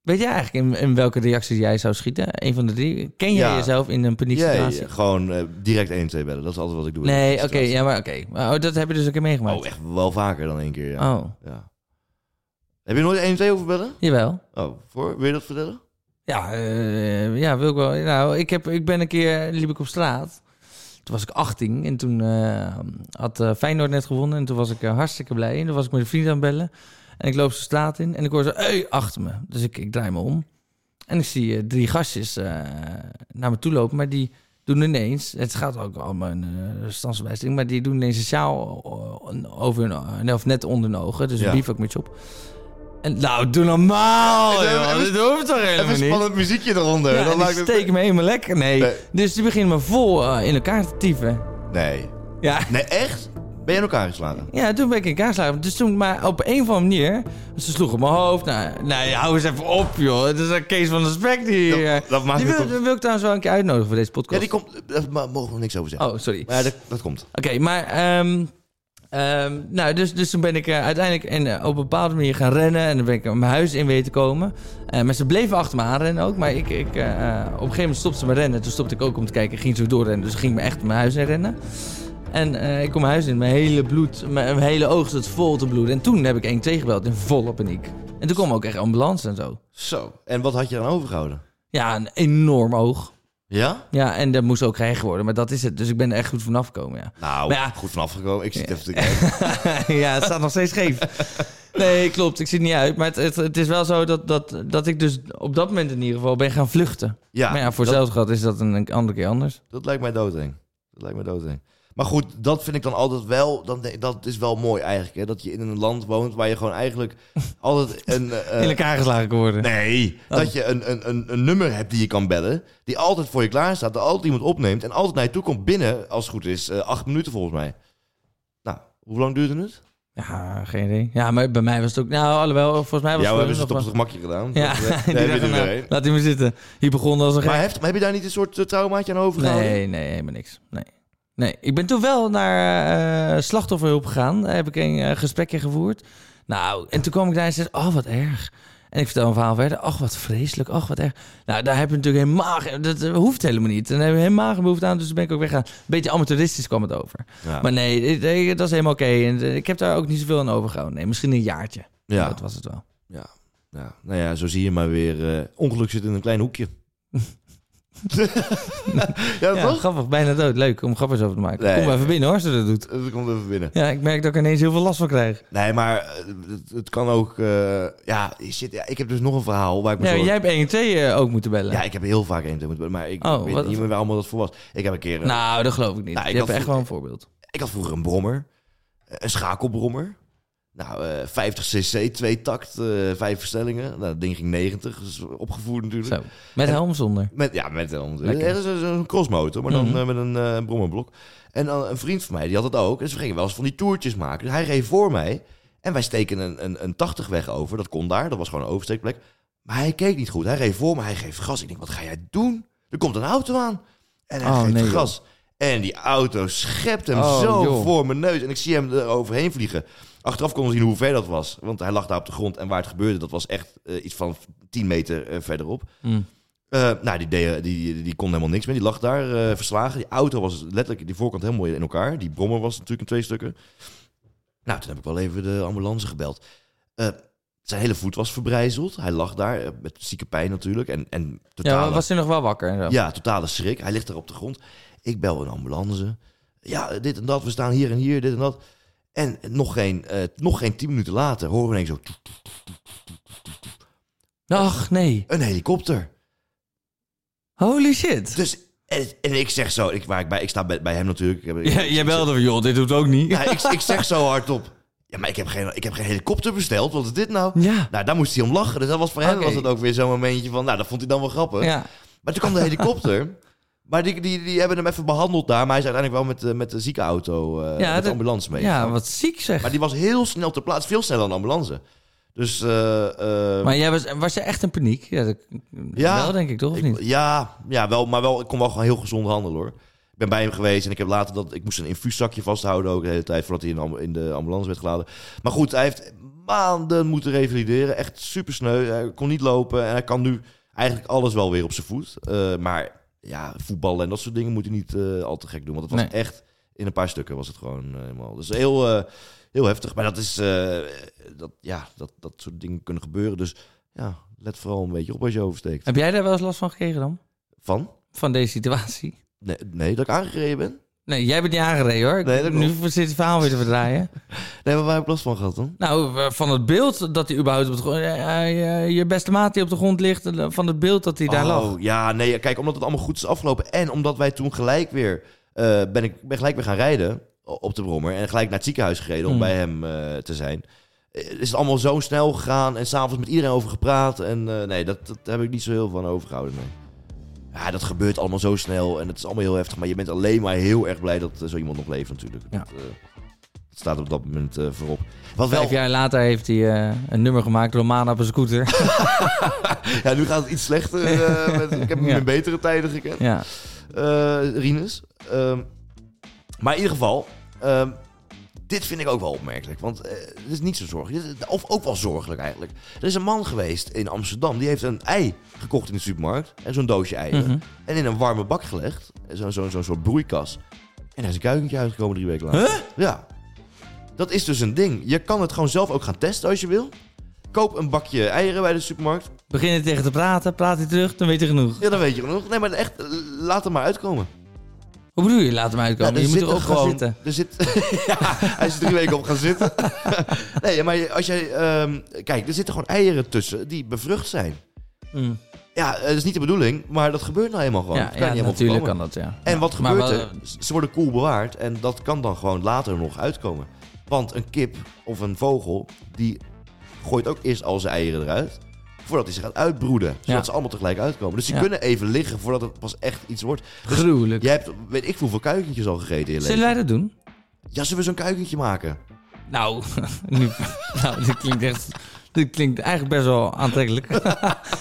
[SPEAKER 2] Weet jij eigenlijk in, in welke reacties jij zou schieten? Een van de drie. Ken jij
[SPEAKER 1] Ja.
[SPEAKER 2] jezelf in een
[SPEAKER 1] Ja,
[SPEAKER 2] panieksituatie?
[SPEAKER 1] ja, gewoon eh, direct 112 bellen. Dat is altijd wat ik doe. in
[SPEAKER 2] nee,
[SPEAKER 1] een
[SPEAKER 2] oké,
[SPEAKER 1] situatie.
[SPEAKER 2] ja, maar oké. Maar, Oh, dat heb je dus een keer meegemaakt.
[SPEAKER 1] Oh, echt wel vaker dan één keer, ja.
[SPEAKER 2] Oh,
[SPEAKER 1] ja. Heb je nooit 112 over bellen?
[SPEAKER 2] jawel.
[SPEAKER 1] Oh, voor? Wil je dat vertellen?
[SPEAKER 2] Ja, eh, ja, wil ik wel. Nou, ik, heb, ik ben een keer, liep ik op straat. Toen was ik 18 en toen eh, had eh, Feyenoord net gewonnen. En toen was ik eh, hartstikke blij. En toen was ik met een vriend aan het bellen. En ik loop de straat in en ik hoor zo, hey, achter me. Dus ik, ik draai me om. En ik zie eh, drie gastjes eh, naar me toe lopen. Maar die doen ineens, het gaat ook om een eh standswijzing. Maar die doen ineens een sjaal eh, over hun, eh, nee, of net onder hun ogen. Dus
[SPEAKER 1] Ja.
[SPEAKER 2] een bivakmutsje op. En nou, doe normaal,
[SPEAKER 1] Even-
[SPEAKER 2] joh.
[SPEAKER 1] even-
[SPEAKER 2] Dit hoeft toch helemaal
[SPEAKER 1] Even
[SPEAKER 2] niet?
[SPEAKER 1] spannend muziekje eronder.
[SPEAKER 2] Ja,
[SPEAKER 1] dan
[SPEAKER 2] die
[SPEAKER 1] maakt het-
[SPEAKER 2] steken me helemaal lekker. Nee.
[SPEAKER 1] Nee.
[SPEAKER 2] Dus die beginnen me vol eh, in elkaar te typen.
[SPEAKER 1] Nee.
[SPEAKER 2] Ja.
[SPEAKER 1] Nee, echt? Ben je in elkaar geslagen?
[SPEAKER 2] ja, toen ben ik in elkaar geslagen. Dus toen, maar op een of andere manier... Ze sloegen mijn hoofd. Nou, nee, hou eens even op, joh. Het is een Kees van de Spek die...
[SPEAKER 1] Dat-
[SPEAKER 2] eh,
[SPEAKER 1] dat maakt
[SPEAKER 2] die
[SPEAKER 1] het
[SPEAKER 2] wil,
[SPEAKER 1] op-
[SPEAKER 2] die wil ik trouwens wel een keer uitnodigen voor deze podcast.
[SPEAKER 1] Ja, die komt... Daar ma- mogen we niks over zeggen.
[SPEAKER 2] Oh, sorry.
[SPEAKER 1] Maar ja, dat, dat komt.
[SPEAKER 2] Oké, maar... ehm, ehm, nou, dus, dus toen ben ik eh, uiteindelijk en, eh, op een bepaalde manier gaan rennen. En dan ben ik mijn huis in weten komen. Eh, maar ze bleven achter me aanrennen ook. Maar ik, ik, eh, eh, op een gegeven moment stopte ze me rennen. Toen stopte ik ook om te kijken. Ging ze weer doorrennen. Dus ging ik me echt mijn huis in rennen. En eh, ik kom mijn huis in. Mijn hele bloed, mijn, mijn hele oog zat vol te bloeden. En toen heb ik 1-2 gebeld in volle paniek. En toen kwam ook echt ambulance en zo.
[SPEAKER 1] Zo. En wat had je dan overgehouden?
[SPEAKER 2] Ja, een enorm oog.
[SPEAKER 1] Ja?
[SPEAKER 2] Ja, en dat moest ook gehecht worden. Maar dat is het. Dus ik ben er echt goed vanaf gekomen, ja.
[SPEAKER 1] Nou,
[SPEAKER 2] Maar ja.
[SPEAKER 1] goed vanaf gekomen. Ik zit even te kijken.
[SPEAKER 2] ja, het staat nog steeds scheef. Nee, klopt. Ik zie het niet uit. Maar het, het, het is wel zo dat, dat, dat ik dus op dat moment in ieder geval ben gaan vluchten.
[SPEAKER 1] Ja,
[SPEAKER 2] maar ja, voor
[SPEAKER 1] dat-
[SPEAKER 2] hetzelfde gehad is dat een, een andere keer anders.
[SPEAKER 1] Dat lijkt mij doodeng. Dat lijkt mij doodeng. Maar goed, dat vind ik dan altijd wel... Dan, dat is wel mooi eigenlijk, hè? Dat je in een land woont waar je gewoon eigenlijk altijd een... eh,
[SPEAKER 2] in Oh. elkaar geslagen worden.
[SPEAKER 1] Nee, dat je een, een, een, een nummer hebt die je kan bellen... die altijd voor je klaar staat, dat altijd iemand opneemt... en altijd naar je toe komt binnen, als het goed is, eh, acht minuten volgens mij. Nou, hoe lang duurde het?
[SPEAKER 2] Ja, geen idee. Ja, maar bij mij was het ook... Nou, alhoewel, volgens mij was
[SPEAKER 1] Jou hebben
[SPEAKER 2] voor hun
[SPEAKER 1] ze het op
[SPEAKER 2] nog
[SPEAKER 1] het
[SPEAKER 2] wel-
[SPEAKER 1] gemakje gedaan.
[SPEAKER 2] Ja,
[SPEAKER 1] Dat, eh, daar
[SPEAKER 2] die
[SPEAKER 1] heb je
[SPEAKER 2] dachten,
[SPEAKER 1] er
[SPEAKER 2] nou,
[SPEAKER 1] weer een.
[SPEAKER 2] laat die maar zitten. Hier begon als een gek.
[SPEAKER 1] Maar heeft, maar heb je daar niet een soort eh, traumaatje aan overgehouden?
[SPEAKER 2] Nee, nee, helemaal niks. Nee. Nee, ik ben toen wel naar eh, slachtofferhulp gegaan. Daar heb ik een eh, gesprekje gevoerd. Nou, en toen kwam ik daar en zei, oh, wat erg. En ik vertel een verhaal verder. Ach, wat vreselijk. Ach, wat erg. Nou, daar heb je natuurlijk helemaal... geen- Dat eh, hoeft helemaal niet. En daar heb je helemaal geen behoefte aan. Dus toen ben ik ook weggegaan. Beetje amateuristisch kwam het over.
[SPEAKER 1] Ja.
[SPEAKER 2] Maar nee, dit- eh, dat is helemaal oké. En eh, ik heb daar ook niet zoveel aan overgehouden. Nee, misschien een jaartje.
[SPEAKER 1] Ja.
[SPEAKER 2] Dat was het wel.
[SPEAKER 1] Ja. ja. Nou ja, zo zie je maar weer. eh, ongeluk zit in een klein hoekje. ja, toch?
[SPEAKER 2] grappig. Bijna dood. Leuk om grappig over te maken.
[SPEAKER 1] Nee.
[SPEAKER 2] Kom maar even binnen hoor, als ze dat doet.
[SPEAKER 1] Dat komt even binnen.
[SPEAKER 2] Ja, ik merk dat ik ineens heel veel last van krijg.
[SPEAKER 1] Nee, maar eh, het, het kan ook... eh, ja, shit, ja, ik heb dus nog een verhaal waar ik me
[SPEAKER 2] Ja,
[SPEAKER 1] zo-
[SPEAKER 2] jij hebt 1 en 2 eh, ook moeten bellen.
[SPEAKER 1] Ja, ik heb heel vaak één moeten bellen, maar ik
[SPEAKER 2] Oh,
[SPEAKER 1] weet
[SPEAKER 2] wat-
[SPEAKER 1] niet meer waar allemaal dat voor was. Ik heb een keer... eh,
[SPEAKER 2] Nou, dat geloof ik niet.
[SPEAKER 1] Nou, ik
[SPEAKER 2] je hebt
[SPEAKER 1] had
[SPEAKER 2] echt
[SPEAKER 1] vro-
[SPEAKER 2] wel een voorbeeld.
[SPEAKER 1] Ik had vroeger een brommer. eh, Een schakelbrommer. Nou, eh, 50 cc, twee takt, eh, vijf verstellingen. Nou, dat ding ging 90, dus opgevoerd natuurlijk.
[SPEAKER 2] Zo. Met
[SPEAKER 1] En-
[SPEAKER 2] helm zonder.
[SPEAKER 1] Met, ja, met een,
[SPEAKER 2] Lekker.
[SPEAKER 1] eh, dat is een- zo'n crossmotor, maar dan
[SPEAKER 2] Mhm.
[SPEAKER 1] eh, met een eh, brommerblok. En dan een vriend van mij, die had het ook. Dus we gingen wel eens van die toertjes maken. Dus hij reed voor mij. En wij steken een, een, een 80 weg over. Dat kon daar, dat was gewoon een oversteekplek. Maar hij keek niet goed. Hij reed voor me, hij geeft gas. Ik denk, wat ga jij doen? Er komt een auto aan. En hij
[SPEAKER 2] Oh,
[SPEAKER 1] geeft
[SPEAKER 2] nee, joh.
[SPEAKER 1] gas. En die auto schept hem
[SPEAKER 2] Oh,
[SPEAKER 1] zo
[SPEAKER 2] joh.
[SPEAKER 1] voor mijn neus. En ik zie hem er overheen vliegen. Achteraf konden we zien hoe ver dat was. Want hij lag daar op de grond. En waar het gebeurde, dat was echt eh, iets van 10 meter eh, verderop.
[SPEAKER 2] Mm.
[SPEAKER 1] Eh, nou, die, deed, die, die, die kon helemaal niks meer. Die lag daar eh, verslagen. Die auto was letterlijk die voorkant helemaal in elkaar. Die brommer was natuurlijk in twee stukken. Nou, toen heb ik wel even de ambulance gebeld. Eh, zijn hele voet was verbrijzeld. Hij lag daar eh, met zieke pijn natuurlijk. En, en
[SPEAKER 2] Ja,
[SPEAKER 1] totale,
[SPEAKER 2] maar was hij nog wel wakker? En zo?
[SPEAKER 1] ja, totale schrik. Hij ligt daar op de grond. Ik bel een ambulance. Ja, dit en dat. We staan hier en hier, dit en dat. En nog geen, eh, nog geen tien minuten later horen we ineens zo...
[SPEAKER 2] Ach, nee.
[SPEAKER 1] Een helikopter.
[SPEAKER 2] Holy shit.
[SPEAKER 1] Dus, en, en ik zeg zo... Ik, waar ik, bij, ik sta bij, bij hem natuurlijk. Ik heb-
[SPEAKER 2] Ja, jij belde van, joh, dit doet ook niet.
[SPEAKER 1] Nou, ik, ik zeg zo hardop. Ja, maar ik heb, geen, ik heb geen helikopter besteld. Wat is dit nou?
[SPEAKER 2] Ja.
[SPEAKER 1] Nou, daar moest hij om lachen. Dus dat was voor hem
[SPEAKER 2] Oké.
[SPEAKER 1] was het ook weer zo'n momentje van... Nou, dat vond hij dan wel grappig.
[SPEAKER 2] Ja.
[SPEAKER 1] Maar toen kwam de helikopter. maar die, die, die hebben hem even behandeld daar. Maar hij is uiteindelijk wel met, de- met de ziekenauto, eh met de
[SPEAKER 2] dat-
[SPEAKER 1] ambulance mee.
[SPEAKER 2] Ja, wat ziek zeg.
[SPEAKER 1] Maar
[SPEAKER 2] Maar,
[SPEAKER 1] die was heel snel ter plaatse. Veel sneller dan de ambulance. Dus, eh, eh,
[SPEAKER 2] jij was, was je echt in paniek? Ja, dat,
[SPEAKER 1] Ja.
[SPEAKER 2] wel denk ik toch, of
[SPEAKER 1] ik-
[SPEAKER 2] niet?
[SPEAKER 1] ja, ja wel, maar wel, ik kon wel gewoon heel gezond handelen hoor. Ik ben bij hem geweest en ik heb later dat ik moest een infuuszakje vasthouden ook de hele tijd voordat hij in, de am- in de ambulance werd geladen. Maar goed, hij heeft maanden moeten revalideren, echt super sneu. Hij kon niet lopen en hij kan nu eigenlijk alles wel weer op zijn voet. Eh, maar ja, voetballen en dat soort dingen moet hij niet eh, al te gek doen, want het was
[SPEAKER 2] Nee.
[SPEAKER 1] echt in een paar stukken was het gewoon eh, helemaal. Dus heel eh, heel heftig, maar dat is eh, dat ja, dat dat soort dingen kunnen gebeuren. Dus ja, let vooral een beetje op als je oversteekt.
[SPEAKER 2] Heb jij daar wel eens last van gekregen dan?
[SPEAKER 1] Van?
[SPEAKER 2] Van deze situatie?
[SPEAKER 1] Nee, nee, dat ik aangereden ben.
[SPEAKER 2] Nee, jij bent niet aangereden hoor. Ik-
[SPEAKER 1] Nee, dat
[SPEAKER 2] nu zit het verhaal weer te verdraaien.
[SPEAKER 1] Nee, maar waar heb ik last van gehad dan?
[SPEAKER 2] nou, eh, van het beeld dat hij überhaupt op de grond... eh, eh, eh, je beste maat die op de grond ligt, eh, van het beeld dat hij daar lag.
[SPEAKER 1] Oh, ja, nee, kijk, omdat het allemaal goed is afgelopen en omdat wij toen gelijk weer, eh, ben ik ben gelijk weer gaan rijden o- op de brommer en gelijk naar het ziekenhuis gereden om
[SPEAKER 2] Hmm.
[SPEAKER 1] bij hem eh, te zijn. eh, Is het allemaal zo snel gegaan en s'avonds met iedereen over gepraat. En eh, nee, dat, dat heb ik niet zo heel van overgehouden. nee. Ja, dat gebeurt allemaal zo snel en het is allemaal heel heftig. Maar je bent alleen maar heel erg blij dat eh, zo iemand nog leeft natuurlijk.
[SPEAKER 2] Ja.
[SPEAKER 1] Dat, eh, dat staat op dat moment eh, voorop. Wat wel,
[SPEAKER 2] Vijf jaar later heeft hij eh, een nummer gemaakt, Romana op een scooter.
[SPEAKER 1] ja, nu gaat het iets slechter. eh, met- ik heb hem
[SPEAKER 2] Ja.
[SPEAKER 1] in betere tijden gekend.
[SPEAKER 2] ja.
[SPEAKER 1] eh Rinus. Ehm, maar in ieder geval, ehm, dit vind ik ook wel opmerkelijk. Want eh, het is niet zo zorgelijk. Dit is- Of ook wel zorgelijk eigenlijk. Er is een man geweest in Amsterdam. Die heeft een ei gekocht in de supermarkt. En zo'n doosje eieren.
[SPEAKER 2] Mhm.
[SPEAKER 1] En in een warme bak gelegd. Zo'n zo, zo, soort broeikas. En daar is een kuikentje uitgekomen drie weken later. Ja. Dat is dus een ding. Je kan het gewoon zelf ook gaan testen als je wil. Koop een bakje eieren bij de supermarkt.
[SPEAKER 2] Beginnen tegen te praten, praat hij terug, dan weet hij genoeg.
[SPEAKER 1] Ja, dan weet je genoeg. Nee, maar echt, eh, laat het maar uitkomen.
[SPEAKER 2] Hoe bedoel je, laat hem uitkomen?
[SPEAKER 1] Ja,
[SPEAKER 2] je moet
[SPEAKER 1] zit
[SPEAKER 2] er ook gewoon... zitten.
[SPEAKER 1] Er zit, ja, hij is er drie weken op gaan zitten. nee, maar als jij... ehm, kijk, er zitten gewoon eieren tussen die bevrucht zijn.
[SPEAKER 2] Mm.
[SPEAKER 1] Ja, eh, dat is niet de bedoeling, maar dat gebeurt nou helemaal gewoon.
[SPEAKER 2] Ja,
[SPEAKER 1] Dat kan
[SPEAKER 2] ja
[SPEAKER 1] je helemaal
[SPEAKER 2] natuurlijk
[SPEAKER 1] voorkomen.
[SPEAKER 2] kan dat, ja.
[SPEAKER 1] En wat
[SPEAKER 2] Maar
[SPEAKER 1] gebeurt
[SPEAKER 2] wel,
[SPEAKER 1] er? Ze worden koel bewaard en dat kan dan gewoon later nog uitkomen. Want een kip of een vogel, die gooit ook eerst al zijn eieren eruit... voordat hij ze gaat uitbroeden, zodat
[SPEAKER 2] Ja.
[SPEAKER 1] ze allemaal tegelijk uitkomen. Dus ze
[SPEAKER 2] Ja.
[SPEAKER 1] kunnen even liggen voordat het pas echt iets wordt.
[SPEAKER 2] Gruwelijk.
[SPEAKER 1] Jij hebt, weet ik veel, hoeveel kuikentjes al gegeten in je leven.
[SPEAKER 2] Zullen wij dat doen?
[SPEAKER 1] Ja, zullen we zo'n kuikentje maken?
[SPEAKER 2] Nou, nu, nou dit klinkt echt... Dit klinkt eigenlijk best wel aantrekkelijk.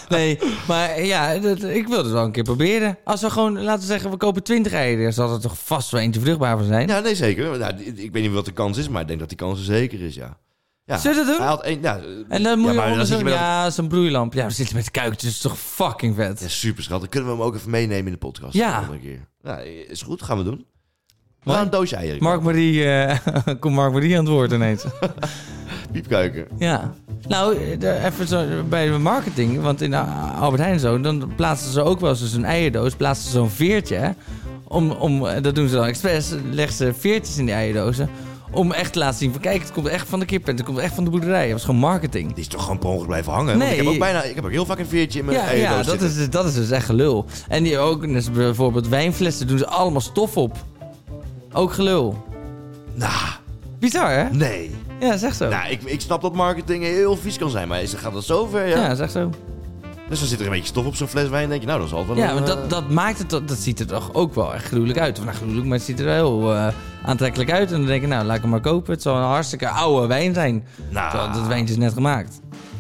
[SPEAKER 2] nee, maar ja, dat, ik wil het wel een keer proberen. Als we gewoon, laten we zeggen, we kopen 20 eieren... dan zal er toch vast wel eentje vruchtbaar voor zijn.
[SPEAKER 1] Ja, nee, zeker. Nou, die- ik weet niet wat de kans is, maar ik denk dat die kans er zeker is, ja. ja.
[SPEAKER 2] Zullen we dat doen?
[SPEAKER 1] Hij had één- ja,
[SPEAKER 2] En dan
[SPEAKER 1] ja,
[SPEAKER 2] moet je
[SPEAKER 1] maar zit
[SPEAKER 2] onderzoeken.
[SPEAKER 1] je met dat-
[SPEAKER 2] Ja, zo'n broeilamp. Ja, we zitten met kuikentjes. Dat is toch fucking vet.
[SPEAKER 1] Ja, super schattig. Kunnen we hem ook even meenemen in de podcast?
[SPEAKER 2] Ja.
[SPEAKER 1] de andere keer? Nou, is goed, gaan we doen. We
[SPEAKER 2] Mooi.
[SPEAKER 1] gaan een doosje eieren.
[SPEAKER 2] Mark Marie, eh komt Mark Marie aan het woord ineens.
[SPEAKER 1] kopen. piepkuiken.
[SPEAKER 2] Ja. Nou, eh, de- even zo bij de marketing. Want in eh, Albert Heijn zo, dan plaatsen ze ook wel eens dus een eierdoos. Plaatsen ze zo'n veertje. hè, Om, om, eh, dat doen ze dan expres. Leggen ze veertjes in die eierdozen. Om echt te laten zien van kijk, het komt echt van de kip en het komt echt van de boerderij. Dat was gewoon marketing.
[SPEAKER 1] Die is toch gewoon per ongeluk blijven hangen?
[SPEAKER 2] Nee.
[SPEAKER 1] Want ik heb ook bijna, ik heb ook heel vaak een veertje in mijn
[SPEAKER 2] Ja,
[SPEAKER 1] eierdoos
[SPEAKER 2] ja dat,
[SPEAKER 1] zitten.
[SPEAKER 2] is, dat is dus echt gelul. En die ook, dus bijvoorbeeld wijnflessen doen ze allemaal stof op. Ook gelul. Nou. Bizar, hè?
[SPEAKER 1] Nee.
[SPEAKER 2] Ja, zeg zo.
[SPEAKER 1] Nou, ik, ik snap dat marketing heel vies kan zijn, maar is, gaat dat zover? Ja,
[SPEAKER 2] Ja, zeg zo.
[SPEAKER 1] Dus dan zit er een beetje stof op zo'n fles wijn en denk je, nou, dat is altijd wel
[SPEAKER 2] Ja,
[SPEAKER 1] een,
[SPEAKER 2] maar
[SPEAKER 1] eh,
[SPEAKER 2] dat, dat maakt het, dat, dat ziet er toch ook wel echt gruwelijk uit. Of nou, gruwelijk, maar het ziet er wel heel eh, aantrekkelijk uit. En dan denk ik, nou, laat ik hem maar kopen. Het zal een hartstikke oude wijn zijn.
[SPEAKER 1] Nou.
[SPEAKER 2] Terwijl Dat wijntje is net gemaakt.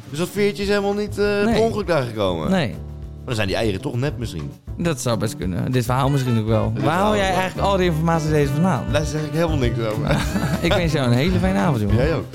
[SPEAKER 1] Dus dat veertje is helemaal niet eh per ongeluk daar gekomen?
[SPEAKER 2] Nee,
[SPEAKER 1] Maar dan zijn die eieren toch net misschien.
[SPEAKER 2] dat zou best kunnen. Dit verhaal misschien ook wel. Waar
[SPEAKER 1] verhaal
[SPEAKER 2] haal jij
[SPEAKER 1] wel.
[SPEAKER 2] eigenlijk al die informatie deze vandaan?
[SPEAKER 1] Daar zeg ik helemaal niks over.
[SPEAKER 2] Ik wens jou een hele fijne avond, jongen.
[SPEAKER 1] Jij ook.